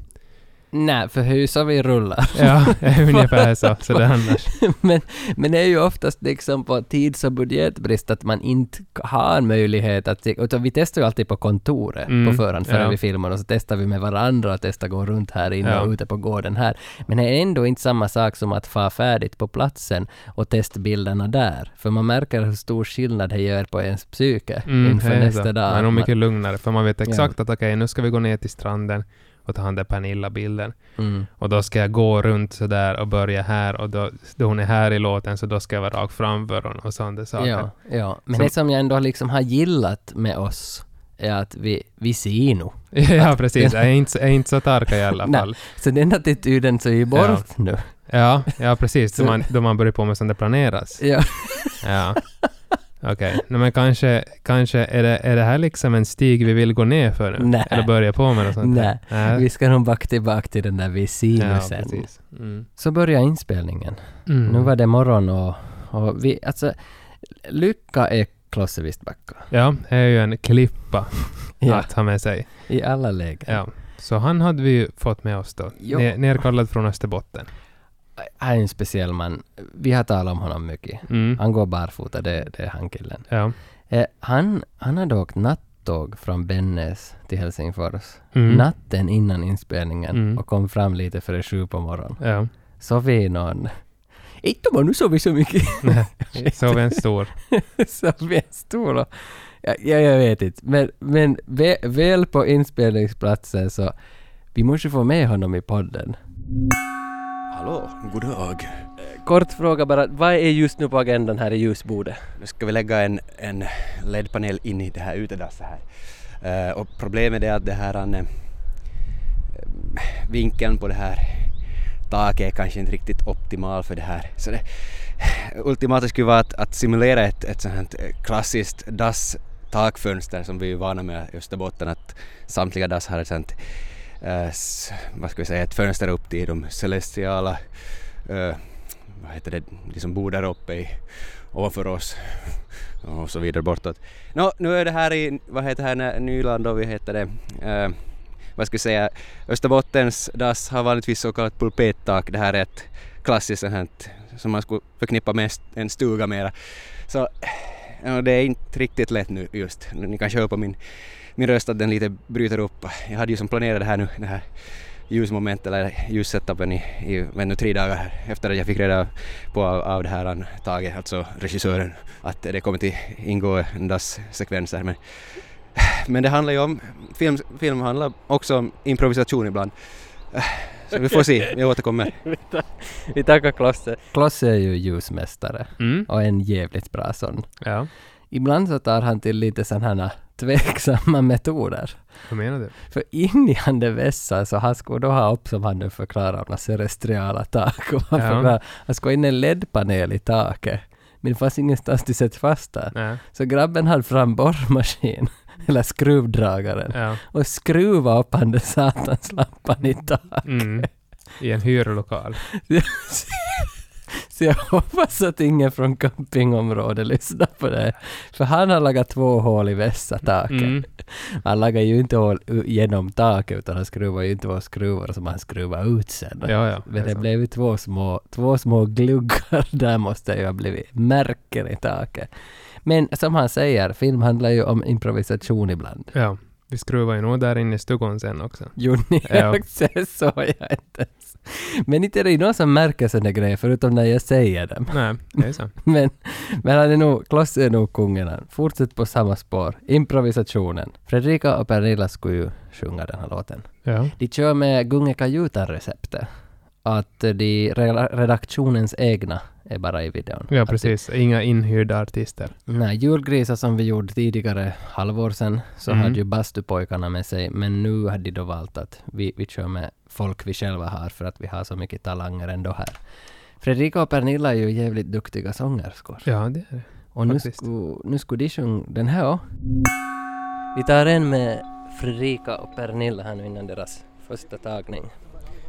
S1: Nej, för hur så vi rullar. *laughs*
S2: Ja, *laughs* ungefär så. Så det är annars.
S1: men, men det är ju oftast liksom på tids och budgetbrist att man inte har möjlighet att... Utan vi testar ju alltid på kontoret
S2: Mm,
S1: på förhand före
S2: ja.
S1: vi filmar och så testar vi med varandra och testar gå runt här inne
S2: Ja.
S1: och ute på gården här. Men det är ändå inte samma sak som att få färdigt på platsen och testbilderna där. För man märker hur stor skillnad det gör på ens psyke inför
S2: det är
S1: nästa
S2: så.
S1: dag.
S2: Man är nog
S1: Man-
S2: mycket lugnare, för man vet exakt att okej, nu ska vi gå ner till stranden och ta hand om Pernilla-bilden.
S1: mm.
S2: Och då ska jag gå runt sådär och börja här och då, då hon är här i låten så då ska jag vara rakt framför hon och sådana där saker.
S1: Ja, ja. Men
S2: Som-
S1: det som jag ändå liksom har gillat med oss är att vi, vi ser nog.
S2: *laughs* ja precis. Jag är inte, jag är inte så tarka i
S1: *laughs*
S2: alla
S1: Nej.
S2: fall.
S1: Så den attityden så är ju bort
S2: Ja.
S1: nu.
S2: Ja, ja precis. Då
S1: Så-
S2: man, då man börjar på med sånt där planeras.
S1: Ja.
S2: Ja. Okej, Nej, men kanske, kanske är, det, är det här liksom en stig vi vill gå ner för nu?
S1: Nej.
S2: Eller börja på med något sånt där?
S1: Nej, vi ska nog back tillbaka till den där
S2: Äh. ja,
S1: visinusen.
S2: precis. Mm.
S1: så börjar inspelningen.
S2: Mm.
S1: Nu var det morgon och, och vi, alltså, lycka är Klosse Vistbacka.
S2: Ja, det är ju en klippa
S1: Ja,
S2: att ha med sig.
S1: I alla lägen.
S2: Ja. Så han hade vi ju fått med oss då.
S1: Jo.
S2: Ner, nerkallad från Österbotten.
S1: Han är en speciell man. Vi har talat om honom mycket.
S2: Mm.
S1: Han går barfota, det, det är han killen.
S2: Ja.
S1: Eh, han, han hade åkt nattåg från Bennes till Helsingfors
S2: Mm.
S1: natten innan inspelningen
S2: Mm.
S1: och kom fram lite före sju på morgonen. *laughs*
S2: Ja.
S1: Sov vi någon... Inte om man nu sov vi så mycket. *laughs*
S2: Sov en stor.
S1: som en stor och, ja, ja, jag vet inte. Men, men vä, väl på inspelningsplatsen så vi måste få med honom i podden.
S4: Hallå, god dag.
S1: Kort fråga bara, vad är just nu på agendan här i ljusbordet?
S4: Nu ska vi lägga en, en LED-panel in i det här utedasset här. Eh, och problemet är att det här, eh, vinkeln på det här taket är kanske inte riktigt optimal för det här. Så det, ultimata skulle vara att, att simulera ett, ett sånt här eh, klassiskt dass takfönster som vi är vana med i Österbotten att samtliga dass har ett sånt, eh, s- vad ska vi säga, ett fönster upp till de celestiala, eh, vad heter det, de som bor där uppe i, ovanför oss och så vidare bortåt. Nå, nu är det här i, vad heter det här, när- Nyland och vi heter det, eh, vad ska jag säga, Österbottens dass har vanligtvis så kallat pulpettak. Det här är ett klassiskt sånt här som man skulle förknippa med en st- en stuga mera. Så ja, det är inte riktigt lätt nu just. Ni kanske hör på min, min röst att den lite bryter upp. Jag hade ju som planerat det här nu, det här ljusmomentet eller ljussetupen i, i men nu tre dagar här efter att jag fick reda på av, av det här han, Tage, alltså regissören, att det kommer till ingå endast sekvenser. Men, men det handlar ju om, film, film handlar också om improvisation ibland. Så vi får se, vi återkommer.
S5: Vi tackar Klosse.
S1: Klosse är ju ljusmästare
S2: Mm.
S1: och en jävligt bra sån.
S2: Ja,
S1: Ibland så tar han till lite sådana här tveksamma metoder.
S2: vad menar du?
S1: För in i han det vässa så han skulle då ha upp, som han nu förklarar, några cerestriala tak. Och han,
S2: Ja.
S1: förklarar, han skulle ha in en LED-panel i taket. Men det fanns ingenstans till sätt fast den.
S2: Nej,
S1: Så grabben hade fram borrmaskin, *laughs* eller skruvdragaren,
S2: ja.
S1: och skruva upp han den satans lampan i taket.
S2: Mm. I en hyrlokal.
S1: Så jag *laughs* hoppas att ingen från campingområdet lyssnar på det. För han har lagat två hål i vässa taket.
S2: Mm.
S1: Han lagar ju inte hål u- genom taket utan han skruvar ju inte på skruvar som han skruvar ut sen.
S2: Ja, ja.
S1: Men
S2: är
S1: det
S2: sant.
S1: blev ju två små, två små gluggar *laughs* där måste ju ha blivit märken i taket. Men som han säger, film handlar ju om improvisation ibland.
S2: Ja. Vi skruvar ju nog där inne i stugan sen också.
S1: Jo, ni
S2: Ja.
S1: också *laughs* så jag inte ens. Men inte är det ju någon som märker sådana grejer förutom när jag säger dem. *laughs*
S2: Nej, det är så.
S1: Men, men han är nog, Klosse är nog kungen han. Fortsätt på samma spår. Improvisationen. Fredrika och Pernilla skulle ju sjunga den här låten.
S2: Ja.
S1: De kör med Gunge Kajutan-receptet. Att de, rela- redaktionens egna är bara i videon.
S2: Ja,
S1: Att det-
S2: precis. Inga inhyrda artister.
S1: Nej, julgrisar som vi gjorde tidigare halvår sedan så
S2: Mm.
S1: hade ju bastupojkarna med sig, men nu hade de då valt att vi, vi kör med folk vi själva har för att vi har så mycket talanger ändå här. Fredrika och Pernilla är ju jävligt duktiga sångerskor.
S2: Ja, det är det.
S1: Och nu,
S2: Faktiskt.
S1: sku, nu skulle de sjunga den här också. Vi tar en med Fredrika och Pernilla här nu innan deras första tagning.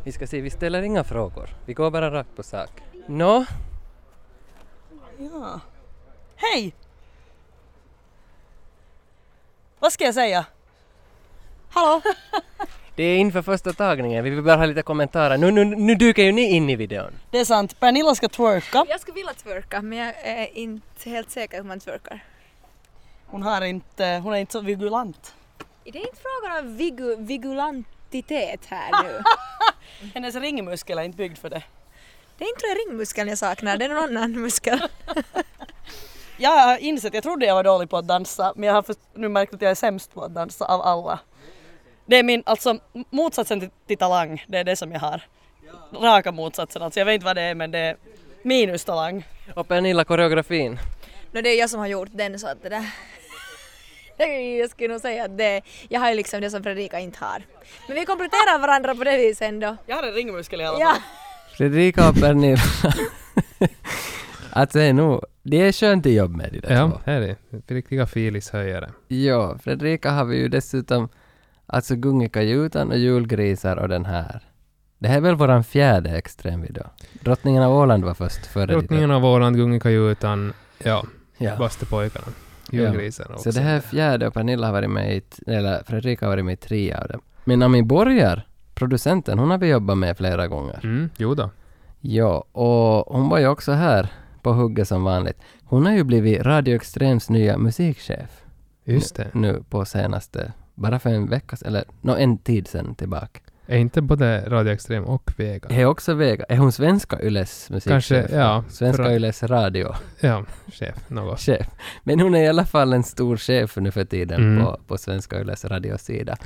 S1: Vi ska se, vi ställer inga frågor. Vi går bara rakt på sak. Nå,
S6: Ja. Hej! Vad ska jag säga? Hallå?
S1: det är inför första tagningen. Vi vill bara ha lite kommentarer. Nu, nu, nu dyker ju ni in i videon.
S6: *laughs* Det är sant, Pernilla ska twerka.
S7: Jag skulle vilja twerka men jag är inte helt säker hur man twerkar.
S6: Hon, har inte, hon är inte så vigulant.
S7: Det är inte frågan om vigu, vigulantitet här nu.
S6: Hennes ringmuskel är inte byggd för det.
S7: *laughs* Det är inte den ringmuskeln jag saknar, det är någon annan muskel.
S6: Jag har insett, jag trodde jag var dålig på att dansa men jag har först, nu märkt att jag är sämst på att dansa av alla. Det är min, alltså motsatsen till, till talang, det är det som jag har. Raka motsatsen alltså, jag vet inte vad det är men det är minus talang.
S1: Och Pernilla, koreografin.
S7: *laughs* No, det är jag som har gjort den så att det där... *laughs* Jag skulle nog säga att det, jag har ju liksom det som Fredrika inte har. Men vi kompletterar varandra på det viset ändå.
S6: Jag har en ringmuskel i alla fall.
S7: Ja.
S1: Fredrika och Pernilla. *laughs* alltså det är nog, det är skönt i jobb med de där två.
S2: Ja, här är det. Riktiga filishöjare.
S1: Ja, Fredrika har vi ju dessutom alltså Gungekajutan och julgrisar och den här. Det här är väl våran fjärde extremvideo? Drottningen av Åland var först före det.
S2: Drottningen av Åland, Gungekajutan, ja,
S1: ja.
S2: Bastupojkarna. Julgrisarna också.
S1: Så det här är fjärde och Pernilla har varit med i, t- eller Fredrika har varit med i tre av dem. Men Ami Borgar, producenten, hon har vi jobbat med flera gånger.
S2: Mm, jo då.
S1: Ja, och hon var ju också här på hugget som vanligt. Hon har ju blivit Radio Extrems nya musikchef
S2: Just det.
S1: nu på senaste, bara för en vecka sedan, eller nå en tid sedan tillbaka.
S2: Är inte både Radio Extrem och Vega?
S1: Är också Vega. Är hon svenska Yles musikchef?
S2: Kanske, ja,
S1: Svenska
S2: för att-
S1: Yles radiochef.
S2: Ja, chef. Något.
S1: Men hon är i alla fall en stor chef nu för tiden
S2: Mm.
S1: på, på Svenska Yles radiosida.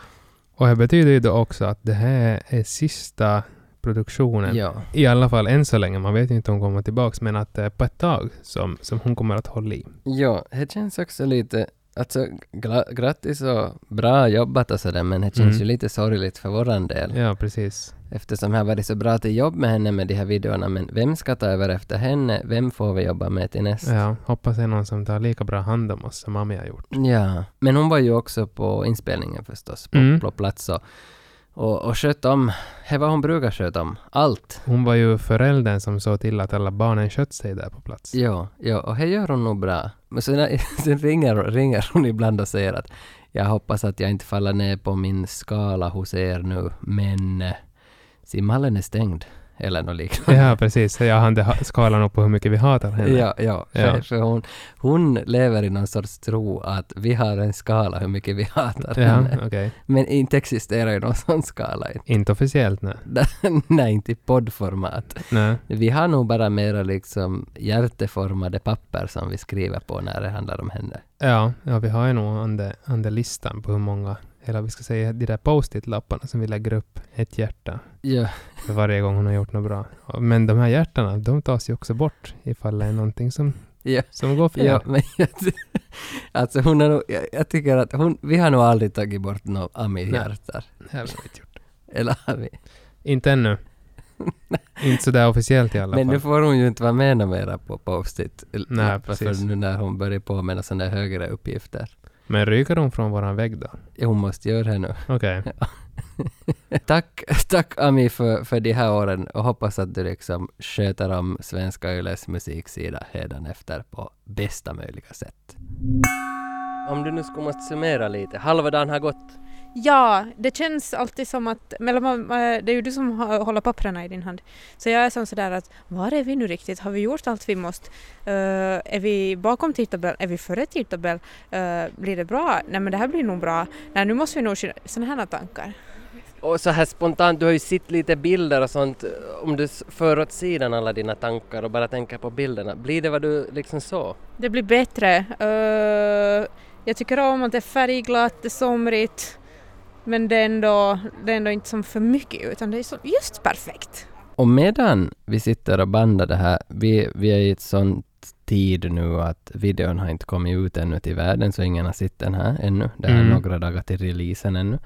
S2: Och det betyder ju då också att det här är sista produktionen.
S1: Ja.
S2: I alla fall än så länge. Man vet ju inte om hon kommer tillbaks, men att det är på ett tag som, som hon kommer att hålla i.
S1: Ja, det känns också lite... Alltså, gla- grattis och bra jobbat och sådär, men det känns
S2: Mm.
S1: ju lite sorgligt för våran del.
S2: Ja, precis.
S1: Eftersom jag har varit så bra till jobb med henne med de här videorna, men vem ska ta över efter henne? Vem får vi jobba med till nästa?
S2: Ja, hoppas det är någon som tar lika bra hand om oss som Ami har gjort.
S1: Ja, men hon var ju också på inspelningen förstås, på,
S2: Mm.
S1: på plats och, och, och sköt om, det var hon brukar sköta om, allt.
S2: Hon var ju föräldern som såg till att alla barnen skötte sig där på plats.
S1: Ja, ja, och det gör hon nog bra. Men sen, *laughs* sen ringer, ringer hon ibland och säger att jag hoppas att jag inte faller ner på min skala hos er nu, men eh, simhallen är stängd. Eller något liknande.
S2: Ja, precis. Jag hann ha- skalan upp på hur mycket vi hatar henne.
S1: Ja, ja. För,
S2: Ja.
S1: för hon, hon lever i någon sorts tro att vi har en skala hur mycket vi hatar
S2: Ja,
S1: henne.
S2: okej.
S1: Men inte existerar ju någon sån skala.
S2: Inte officiellt, nej.
S1: *laughs* Nej, inte i poddformat.
S2: nej.
S1: Vi har nog bara mera liksom hjärteformade papper som vi skriver på när det handlar om henne.
S2: Ja, ja, vi har ju nog ande, ande listan på hur många eller vi ska säga de där post-it-lapparna som vi lägger upp ett hjärta
S1: Ja,
S2: för varje gång hon har gjort något bra. Och- Men de här hjärtarna, de tas ju också bort ifall det är någonting som,
S1: ja,
S2: som går fel.
S1: ja *laughs* men jag, alltså hon har nog, jag, jag tycker att hon, vi har nog aldrig tagit bort några Ami-hjärtar.
S2: Det har vi inte gjort.
S1: Eller har vi? *laughs*
S2: Inte ännu. inte sådär officiellt i alla
S1: Men nu
S2: fall.
S1: får hon ju inte vara med något mera på post-it.
S2: Nej, precis.
S1: För nu när hon börjar på med sådana där högre uppgifter.
S2: Men ryker hon från våran vägg då?
S1: Ja, Hon måste göra det nu.
S2: Okej.
S1: Tack, *laughs* tack Ami för, för de här åren och hoppas att du liksom sköter om Svenska Yles musiksida hädanefter på bästa möjliga sätt. Om du nu skulle måste summera lite, halva dagen har gått.
S7: Ja, det känns alltid som att, eller man- man- det är ju du som har- håller papperna i din hand. Så jag är som sådär att, var är vi nu riktigt? Har vi gjort allt vi måste? Eh, är vi bakom tidtabell? Är vi före tidtabell? Eh, blir det bra? Nej men det här blir nog bra. Nej nu måste vi nog skynda. Sådana här tankar.
S1: Och så här spontant, du har ju sett lite bilder och sånt. Om du s- för åt sidan alla dina tankar och bara tänker på bilderna, blir det vad du liksom så?
S7: Det blir bättre. Eh, jag tycker om att det är färgglatt, det är somrigt. Men det är ändå, det är ändå inte som för mycket utan det är så just perfekt.
S1: Och medan vi sitter och bandar det här, vi, vi är i ett sånt tid nu att videon har inte kommit ut ännu till världen, så ingen har sett den här ännu. Det är
S2: Mm.
S1: några dagar till releasen ännu.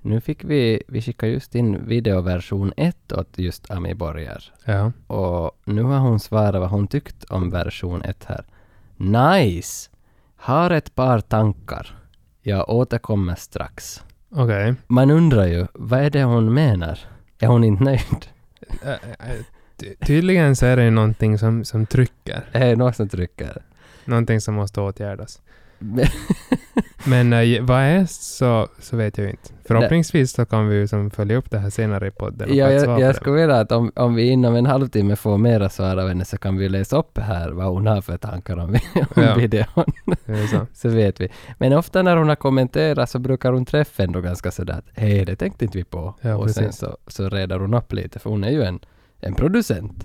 S1: Nu fick vi, vi skickade just in videoversion 1 åt just Ami Borger.
S2: Ja.
S1: Och nu har hon svarat vad hon tyckt om version 1 här. Nice! Har ett par tankar. Jag återkommer strax.
S2: Okej.
S1: Man undrar ju, vad är det hon menar? Är hon inte nöjd? *laughs*
S2: Eh, eh, ty- Tydligen så är det ju någonting som, som trycker.
S1: Är det någon som trycker?
S2: Någonting som måste åtgärdas. Men eh, vad är så, så vet jag inte. Förhoppningsvis så kan vi ju som följa upp det här senare i podden. och
S1: Ja,
S2: få ett svar
S1: jag,
S2: på
S1: jag
S2: det.
S1: skulle vilja att om, om vi inom en halvtimme får mera svar av henne så kan vi läsa upp här vad hon har för tankar om, om
S2: Ja.
S1: videon. *laughs*
S2: Det är så.
S1: Så vet vi. Men ofta när hon har kommenterat så brukar hon träffa ändå ganska sådär att hej, det tänkte inte vi på.
S2: Ja,
S1: och sen
S2: precis.
S1: så, så redar hon upp lite, för hon är ju en, en producent.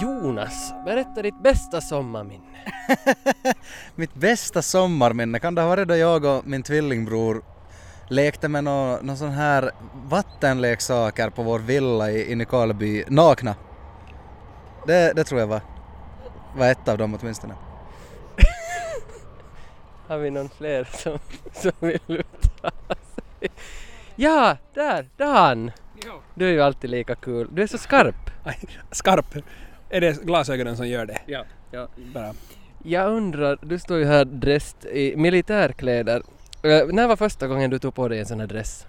S1: Jonas, berätta ditt bästa sommarminne.
S8: *laughs* Mitt bästa sommarminne kan det ha varit då jag och min tvillingbror lekte med någon nå sån här vattenleksaker på vår villa i, i Nykarleby, nakna. Det, det tror jag var, var ett av dem åtminstone.
S1: Har vi någon fler som, som vill uttala sig? Ja, där, Dan! Du är ju alltid lika kul. Du är så skarp.
S9: Skarp. Är det glasögonen som gör det?
S1: Ja, ja.
S9: Bara.
S1: Jag undrar, du står ju här dräst i militärkläder. Eh, när var första gången du tog på dig en sån här dress?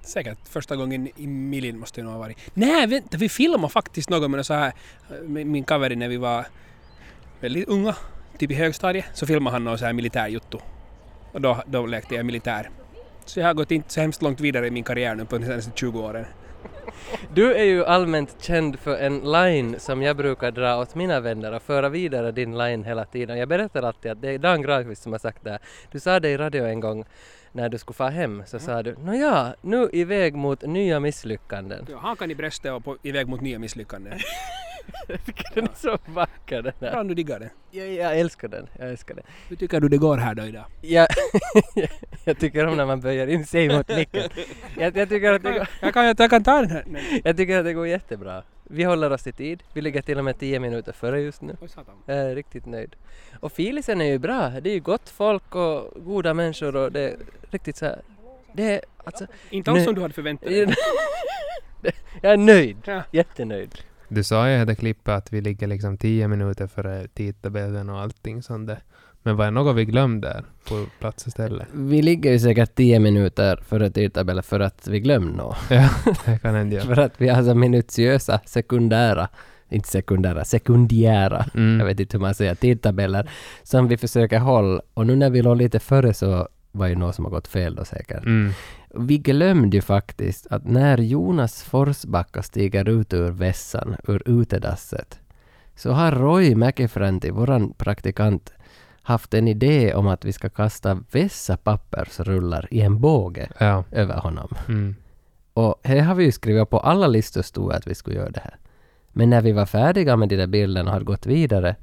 S9: Säkert första gången i Milin måste det nog ha varit. Nej, vänta, vi filmade faktiskt något med så här, med min kaveri när vi var väldigt unga, typ i högstadiet, så filmade han någon så här militärjuttu. Och då, då lekte jag militär. Så jag har gått inte så hemskt långt vidare i min karriär nu på de senaste 20 åren.
S1: Du är ju allmänt känd för en line som jag brukar dra åt mina vänner och föra vidare din line hela tiden. Jag berättar alltid att det är Dan Granqvist som har sagt det här. Du sa det i radio en gång när du skulle fara hem så sa du nåja, nu i väg mot nya misslyckanden.
S9: Ja, Hakan i bröstet och på, iväg mot nya misslyckanden.
S1: *laughs* Den är så vacker den här.
S9: Bra, du diggar det.
S1: Jag, jag älskar den, jag älskar den.
S9: Hur tycker du det går här då idag?
S1: Jag, *laughs* jag tycker om när man böjer in sig mot micken. Jag, jag tycker att det går...
S9: Jag kan, jag kan ta den här. Nej.
S1: Jag tycker att det går jättebra. Vi håller oss i tid. Vi ligger till och med 10 minuter före just nu.
S9: Oj, satan.
S1: Jag är riktigt nöjd. Och filisen är ju bra. Det är ju gott folk och goda människor och det är riktigt så här. Det är alltså...
S9: Inte alls
S1: Nej.
S9: som du hade förväntat dig.
S1: *laughs* Jag är nöjd.
S9: Ja.
S1: Jättenöjd.
S2: Du sa ju i det klippet att vi ligger liksom tio minuter före tidtabellen och allting sånt där. Men var det något vi glömde där på plats
S1: *laughs*
S2: och ställe?
S1: Vi ligger ju säkert 10 minuter före tidtabellen för att vi glömde något.
S2: Ja, det kan hända. ja.
S1: För att vi har så minutiösa, sekundära, inte sekundära, sekundära jag
S2: Mm.
S1: vet inte hur man säger, tidtabeller som vi försöker hålla. Och nu när vi låg lite före så var ju något som har gått fel då säkert.
S2: Mm.
S1: Vi glömde ju faktiskt att när Jonas Forsbacka stiger ut ur vässan, ur utedasset, så har Roy McEfranti, våran praktikant, haft en idé om att vi ska kasta vässa pappersrullar i en båge
S2: Ja.
S1: över honom.
S2: Mm.
S1: Och här har vi ju skrivit på alla listor stod att vi skulle göra det här. Men när vi var färdiga med de där bilderna och hade gått vidare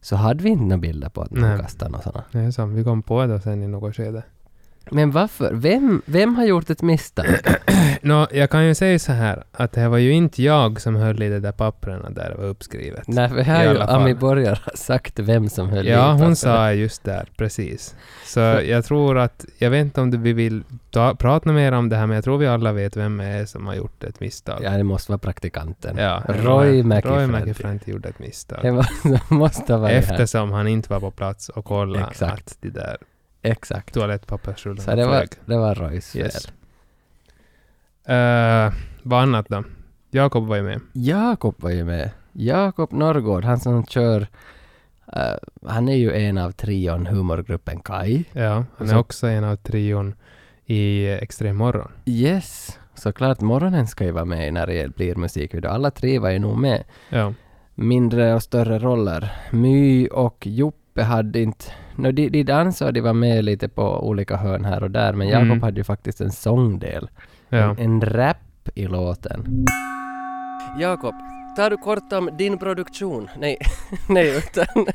S1: så hade vi inte några bilder på att någon
S2: Nej.
S1: kastade några sådana.
S2: Det är så. Vi kom på det sen i något skede.
S1: Men varför? Vem, vem har gjort ett
S2: *clears throat*
S1: misstag?
S2: Nå, jag kan ju säga så här att det var ju inte jag som höll i de där papperna där det var uppskrivet.
S1: Nej, för
S2: I
S1: här har ju
S2: alla fall.
S1: Ami Borgar sagt vem som höll alltså. i
S2: Ja, hon
S1: papperet.
S2: sa just där, precis. Så jag tror att, jag vet inte om du- vi vill ta, prata mer om det här, men jag tror vi alla vet vem det är som har gjort ett misstag.
S1: Ja, det måste vara praktikanten.
S2: Ja,
S1: Roy
S2: Roy
S1: McIffranty.
S2: McIffranty gjorde ett misstag.
S1: Det var- *laughs* måste vara det här.
S2: Eftersom han inte var på plats och kollade
S1: Exakt.
S2: att de där
S1: Exakt.
S2: toalettpappersrullarna
S1: Så det var,
S2: flög.
S1: det var Roys
S2: Yes.
S1: fel.
S2: Eh, vad annat då? Jakob var ju med.
S1: Jakob var ju med. Jakob Norrgård, han som kör... eh, han är ju en av trion humorgruppen Kai.
S2: Ja, han är
S1: Så-
S2: också en av trion i Extrem Morgon.
S1: Yes, såklart morgonen ska ju vara med när det blir musikvideo. Alla tre var ju nog med.
S2: Ja.
S1: Mindre och större roller. My och Joppe hade inte... No, de, de dansade och de var med lite på olika hörn här och där, men Jakob
S2: Mm.
S1: hade ju faktiskt en sångdel.
S2: ja.
S1: En, en rap i låten. Jakob, tar du kort om din produktion? Nej, *laughs* nej utan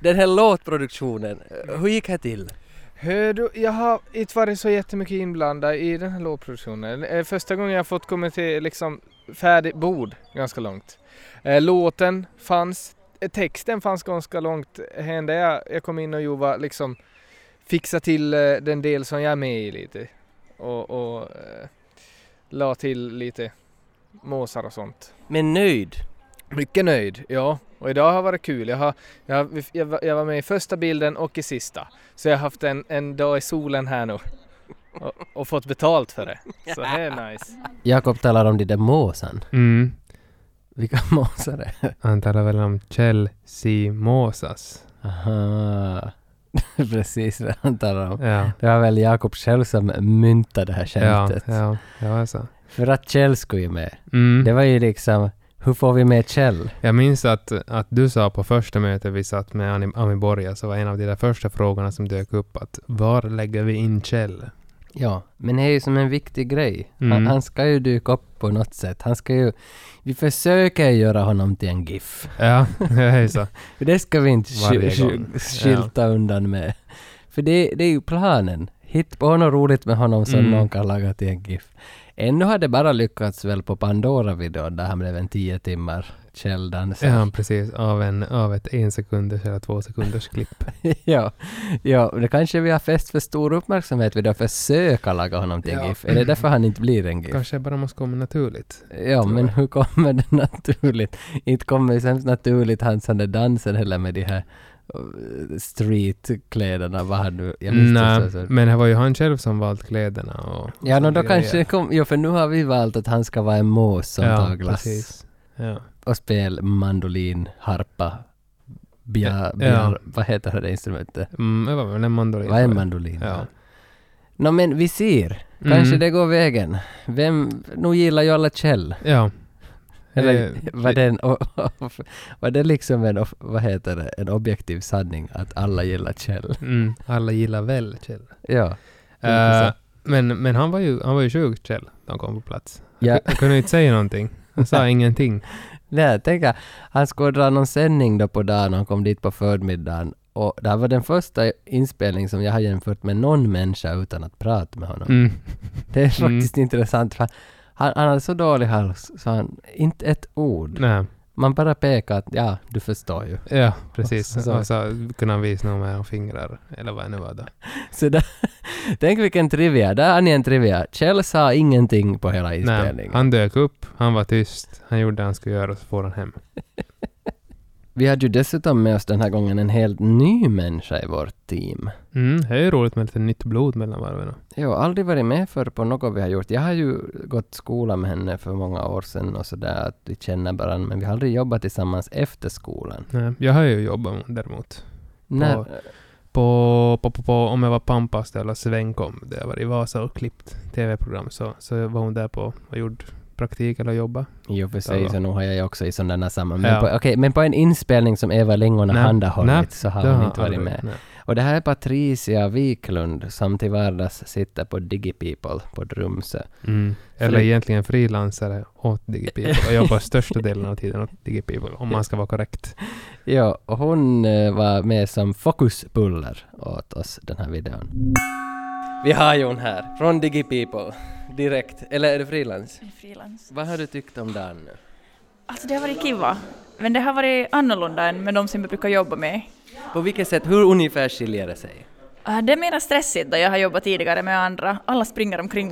S1: den här låtproduktionen. Hur gick det till?
S10: Hör du, jag har inte varit så jättemycket inblandad i den här låtproduktionen. Eh, Första gången jag fått komma till liksom färdigt bord ganska långt. Eh, Låten fanns, eh, texten fanns ganska långt. Hände jag, jag kom in och gjorde liksom fixa till eh, den del som jag är med i lite och, och eh, la till lite måsar och sånt.
S1: Men nöjd?
S10: Mycket nöjd, ja. Och idag har varit kul. Jag, har, jag, har, jag, var- jag var med i första bilden och i sista. Så jag har haft en, en dag i solen här nu. Och, och fått betalt för det. Så det är nice.
S1: Jakob talar om de där måsan.
S2: Mm.
S1: Vilka *laughs* måsar är det?
S2: Han talar väl om Kjell Simosas.
S1: Aha. *laughs* Precis vad han talar om.
S2: Ja.
S1: Det var väl Jakob själv som myntade det här
S2: Ja,
S1: skämtet.
S2: ja, det var så.
S1: För att Kjell skulle ju med.
S2: Mm.
S1: Det var ju liksom, hur får vi med Kjell?
S2: Jag minns att, att du sa på första mötet vi satt med Ani- Ami Borga, så var en av de där första frågorna som dök upp att var lägger vi in Kjell?
S1: Ja, men det är ju som en viktig grej. Han,
S2: Mm.
S1: han ska ju dyka upp på något sätt. Han ska ju... Vi försöker göra honom till en GIF.
S2: Ja, *laughs* det är så.
S1: För det ska vi inte sky-
S2: Varje
S1: sky-
S2: gång.
S1: skylta undan med. För det, det är ju planen. Hitta på något roligt med honom som
S2: Mm.
S1: någon kan laga till en GIF. Ännu har det bara lyckats väl på Pandora-videon där han blev en tio timmar källdansare.
S2: Ja, precis. Av, en, av ett en sekunders eller två sekunders klipp.
S1: *laughs* ja, ja, det kanske vi har fäst för stor uppmärksamhet vid att försöka laga honom till en
S2: Ja.
S1: GIF. Är det därför han inte blir en GIF?
S2: Kanske bara måste komma naturligt.
S1: Ja, men *laughs* hur kommer det naturligt? Inte kommer det sämst naturligt hans den där dansen heller med de här eh, streetkläderna. Vad har du? Jag minns inte
S2: Nej,
S1: så- så-
S2: men det var ju han själv som valt kläderna och...
S1: Ja, no, då
S2: och grejer.
S1: kanske det kom, ja, för nu har vi valt att han ska vara en mås som tar glass
S2: precis. Ja.
S1: och spela mandolin, harpa, bja,
S2: Ja.
S1: bja, vad heter det instrumentet?
S2: Mm, det var väl en mandolin.
S1: Vad är
S2: tror jag.
S1: mandolin?
S2: Ja.
S1: Nå men vi ser. Kanske
S2: Mm.
S1: det går vägen. Vem, nu gillar ju alla Kjell.
S2: Ja.
S1: Eller
S2: Eh,
S1: var det, en, *laughs* var det liksom en, of- vad heter det, en objektiv sanning att alla gillar Kjell?
S2: Mm, alla gillar väl Kjell.
S1: Ja.
S2: Eh,
S1: Intressant.
S2: men men han, var ju, han var ju sjuk Kjell, när han kom på plats. Han
S1: Ja.
S2: ku- han kunde ju inte säga någonting. Han *laughs* sa ingenting.
S1: Nej, tänk att han skulle dra någon sändning då på dagen och han kom dit på förmiddagen och det här var den första inspelning som jag har jämfört med någon människa utan att prata med honom.
S2: Mm.
S1: Det är
S2: Mm.
S1: faktiskt intressant för han, han hade så dålig hals så han, inte ett ord.
S2: Nej,
S1: Man bara pekar att ja, du förstår ju.
S2: ja, precis.
S1: Och så-
S2: Och så kunde han visa några med hans fingrar, eller vad det nu var då.
S1: Så där, *laughs* tänk vilken trivia, där har ni en trivia. Kjell sa ingenting på hela
S2: Nej,
S1: inspelningen.
S2: han dök upp, han var tyst, han gjorde det han skulle göra och så får han hem.
S1: Vi hade ju dessutom med oss den här gången en helt ny människa i vårt team.
S2: Mm, det är ju roligt med lite nytt blod mellan varven.
S1: Jag har aldrig varit med förr på något vi har gjort. Jag har ju gått skola med henne för många år sedan och sådär, att vi känner varandra, men vi har aldrig jobbat tillsammans efter skolan.
S2: Nej, jag har ju jobbat däremot.
S1: När,
S2: På, på, på, på om jag var pampast eller svängkom, där jag var i Vasa och klippt tv-program, så, så var hon där på och gjorde praktik eller jobba.
S1: I och för sig så nu har jag ju också i sådana samma... Men,
S2: Ja.
S1: på, okej, men på en inspelning som Eva Lingon har
S2: Nej, nej,
S1: handahållit så har
S2: Det
S1: hon inte varit
S2: aldrig-
S1: med.
S2: nej.
S1: Och det här är Patricia Wiklund som till vardags sitter på DigiPeople på Drumsö.
S2: Mm. Eller egentligen frilansare åt DigiPeople och jobbar största delen av tiden åt DigiPeople om man ska vara korrekt.
S1: Ja, och hon eh, var med som fokusbuller åt oss den här videon. Vi har Jon här, från Digi People. Direkt. Eller är du frilans?
S11: Frilans.
S1: Vad har du tyckt om dagen nu?
S11: Alltså det har varit kiva, men det har varit annorlunda än med de som jag brukar jobba med.
S1: På vilket sätt, hur ungefär skiljer det sig?
S11: Äh, Det är mer stressigt då jag har jobbat tidigare med andra. Alla springer omkring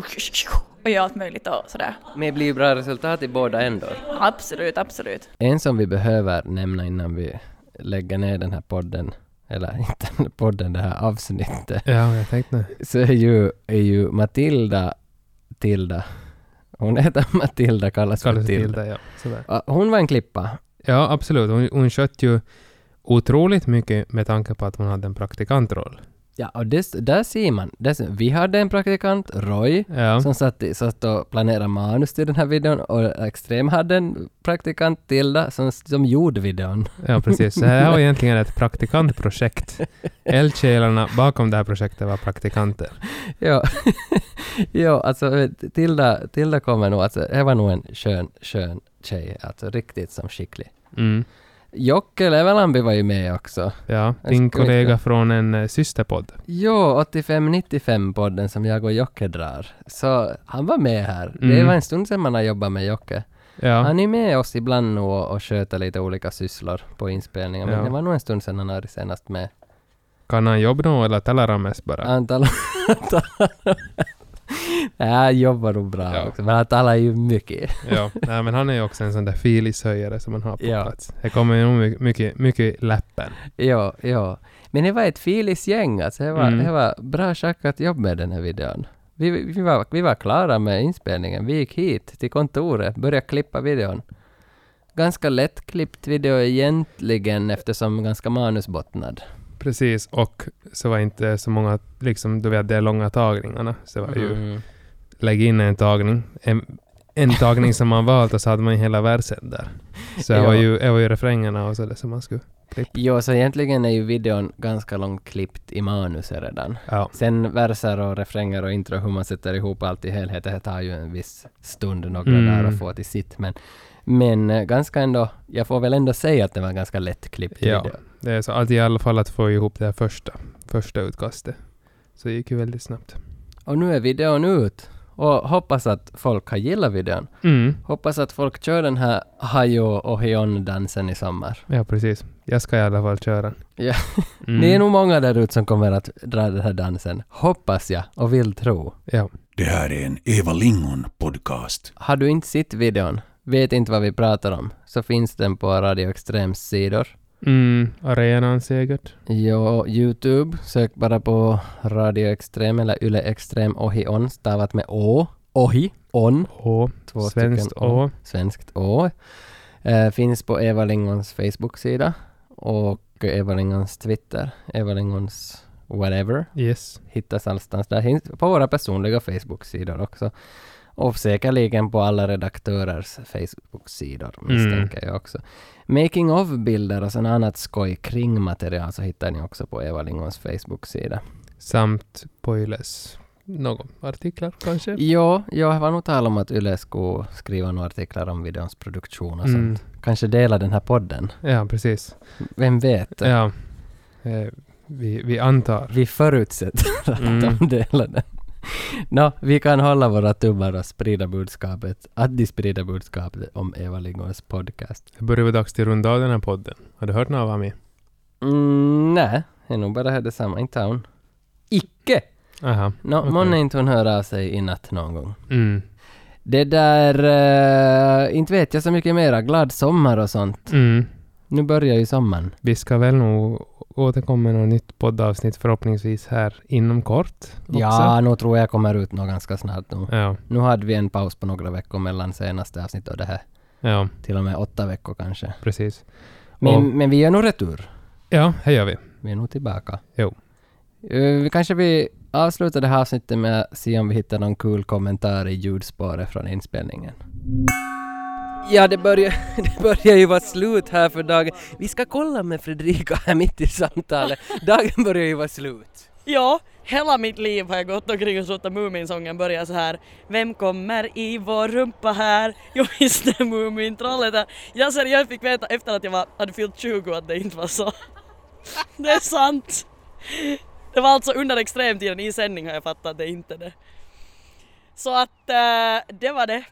S11: och gör allt möjligt och sådär.
S1: Men det blir bra resultat i båda ändå.
S11: Absolut, absolut.
S1: En som vi behöver nämna innan vi lägger ner den här podden, eller *laughs* inte den här podden, det här avsnittet, *laughs*
S2: Ja, jag tänkte
S1: så är ju, är ju Matilda Tilda. Hon heter *laughs* Matilda, kallas för
S2: kalla
S1: Tilda.
S2: sig Tilda. Ja, sådär.
S1: Ja, Hon var en klippa.
S2: ja absolut. Hon, hon skötte ju otroligt mycket med tanke på att hon hade en praktikantroll.
S1: Ja, och det, där ser man. Där, ser- vi hade en praktikant, Roy,
S2: Ja.
S1: som satt, i- satt och planerade manus till den här videon och Extrem hade en praktikant Tilda som, som gjorde videon.
S2: Ja, precis. Så här var egentligen ett praktikantprojekt. Eldsjälarna bakom det här projektet var praktikanter.
S1: *laughs* Ja, *laughs* ja alltså Tilda, Tilda kommer nog, alltså det var nog en skön, skön tjej, alltså riktigt som skicklig.
S2: Mm.
S1: Jocke Levelambi var ju med också.
S2: Ja,
S1: Jag
S2: din
S1: ska inte-
S2: kollega från en eh, systerpodd.
S1: Jo, 85-95-podden som jag och Jocke drar. Så han var med här. Det
S2: Mm.
S1: var en stund sedan man har jobbat med Jocke.
S2: Ja,
S1: Han är med oss ibland nu och, och sköter lite olika sysslor på inspelningar, men
S2: Ja.
S1: det var nog en stund sedan han hade senast med.
S2: kan han jobba nu eller talar han mest bara?
S1: Han talar... Nej, han jobbar nog bra
S2: Ja.
S1: också, men han talar ju mycket.
S2: Ja, nej, men han är ju också en sån där filishöjare som man har på
S1: Ja.
S2: plats. Det kommer ju nog mycket, mycket, mycket i läppen.
S1: Ja, ja. Men det var ett filis gäng, alltså. Det var,
S2: Mm.
S1: det var bra schackat jobb med den här videon. Vi, vi, var, vi var klara med inspelningen. Vi gick hit till kontoret, började klippa videon. Ganska lättklippt video egentligen eftersom ganska manusbottnad.
S2: Precis, och så var inte så många, liksom du vet de långa tagningarna, så det var
S1: Mm.
S2: ju lägg in en tagning. En, en tagning som man valt och så hade man ju hela versen där. Så det var
S1: Ja.
S2: ju, det var ju refrängerna och så det som man skulle...
S1: Jo, så egentligen är ju videon ganska långt klippt i manuset redan.
S2: Ja.
S1: Sen verser och refränger och intro, hur man sätter ihop allt i helhet, det här tar ju en viss stund, några
S2: Mm.
S1: dagar att få till sitt. Men, men eh, ganska ändå, jag får väl ändå säga att det var en ganska lättklippt
S2: Ja.
S1: video.
S2: Det är så att i alla fall att få ihop det här första, första utkastet. Så det gick ju väldigt snabbt.
S1: Och nu är videon ut. Och hoppas att folk har gillat videon.
S2: Mm.
S1: Hoppas att folk kör den här Hayo och Heon-dansen i sommar.
S2: Ja, precis. Jag ska i alla fall köra.
S1: Ja.
S2: Mm.
S1: Ni är nog många där ute som kommer att dra den här dansen. Hoppas jag och vill tro.
S2: Ja.
S12: Det här är en Eva Lingon podcast.
S1: Har du inte sett videon, vet inte vad vi pratar om, så finns den på Radio Extrems sidor.
S2: Mm. Arenan säkert.
S1: Jo, Youtube, sök bara på Radio Extrem eller Yle Extrem Ohi On, stavat med Å. Ohi, On.
S2: Å.
S1: Två
S2: Svenskt
S1: stycken
S2: Å.
S1: Svenskt Å. Eh, finns på Eva Lingons Facebook-sida och Eva Lingons Twitter, Eva Lingons whatever
S2: Yes.
S1: hittas allstans. Där finns på våra personliga Facebook-sidor också. Och säkerligen på alla redaktörers Facebook-sidor
S2: Mm.
S1: misstänker jag också. Making of-bilder och sådant annat skoj kring material så hittar ni också på Eva Lingons Facebook-sida.
S2: Samt på Yles någon artiklar kanske.
S1: Ja, jag var nog tal om att Yle skulle skriva några artiklar om videons produktion och sånt.
S2: Mm.
S1: Kanske dela den här podden.
S2: Ja, precis.
S1: Vem vet?
S2: Ja. Eh, vi, vi antar.
S1: Vi förutsätter att
S2: Mm.
S1: de delar den. Nå, vi kan hålla våra tummar och sprida budskapet, att de sprider budskapet om Eva Lingons podcast.
S2: Det börjar vara dags till att runda av den här podden. Har du hört något av Ami?
S1: Mm, nej, det är nog bara här detsamma, inte hon. Icke!
S2: Aha.
S1: Nå,
S2: Okej.
S1: månne inte hon hör av sig i natt någon gång.
S2: Mm.
S1: Det där, eh, inte vet jag så mycket mera, glad sommar och sånt.
S2: Mm.
S1: Nu börjar ju sommaren.
S2: Vi ska väl nog återkomma med något nytt poddavsnitt förhoppningsvis här inom kort. Också.
S1: Ja, nu tror jag kommer ut något ganska snart nu.
S2: Ja.
S1: Nu hade vi en paus på några veckor mellan senaste avsnitt och det här.
S2: Ja,
S1: Till och med åtta veckor kanske.
S2: precis.
S1: Men,
S2: Och-
S1: men vi gör nog retur.
S2: Ja, här gör vi.
S1: Vi är nog tillbaka.
S2: Jo.
S1: Eh, vi kanske vi avslutar det här avsnittet med att se om vi hittar någon kul kommentar i ljudspåret från inspelningen. Ja, det börjar, *laughs* det börjar ju vara slut här för dagen. Vi ska kolla med Fredrika här mitt i samtalet. Dagen börjar ju vara slut.
S6: Ja, hela mitt liv har jag gått omkring och trott att Muminsången börjar så här. Vem kommer i vår rumpa här? Jo visst det är Mumintrollet här. Jag seriöst fick veta efter att jag var, hade fyllt 20 att det inte var så. Det är sant. Det var alltså under extremtiden i sändning har jag fattat att det inte *laughs* är det. Så att eh, det var det.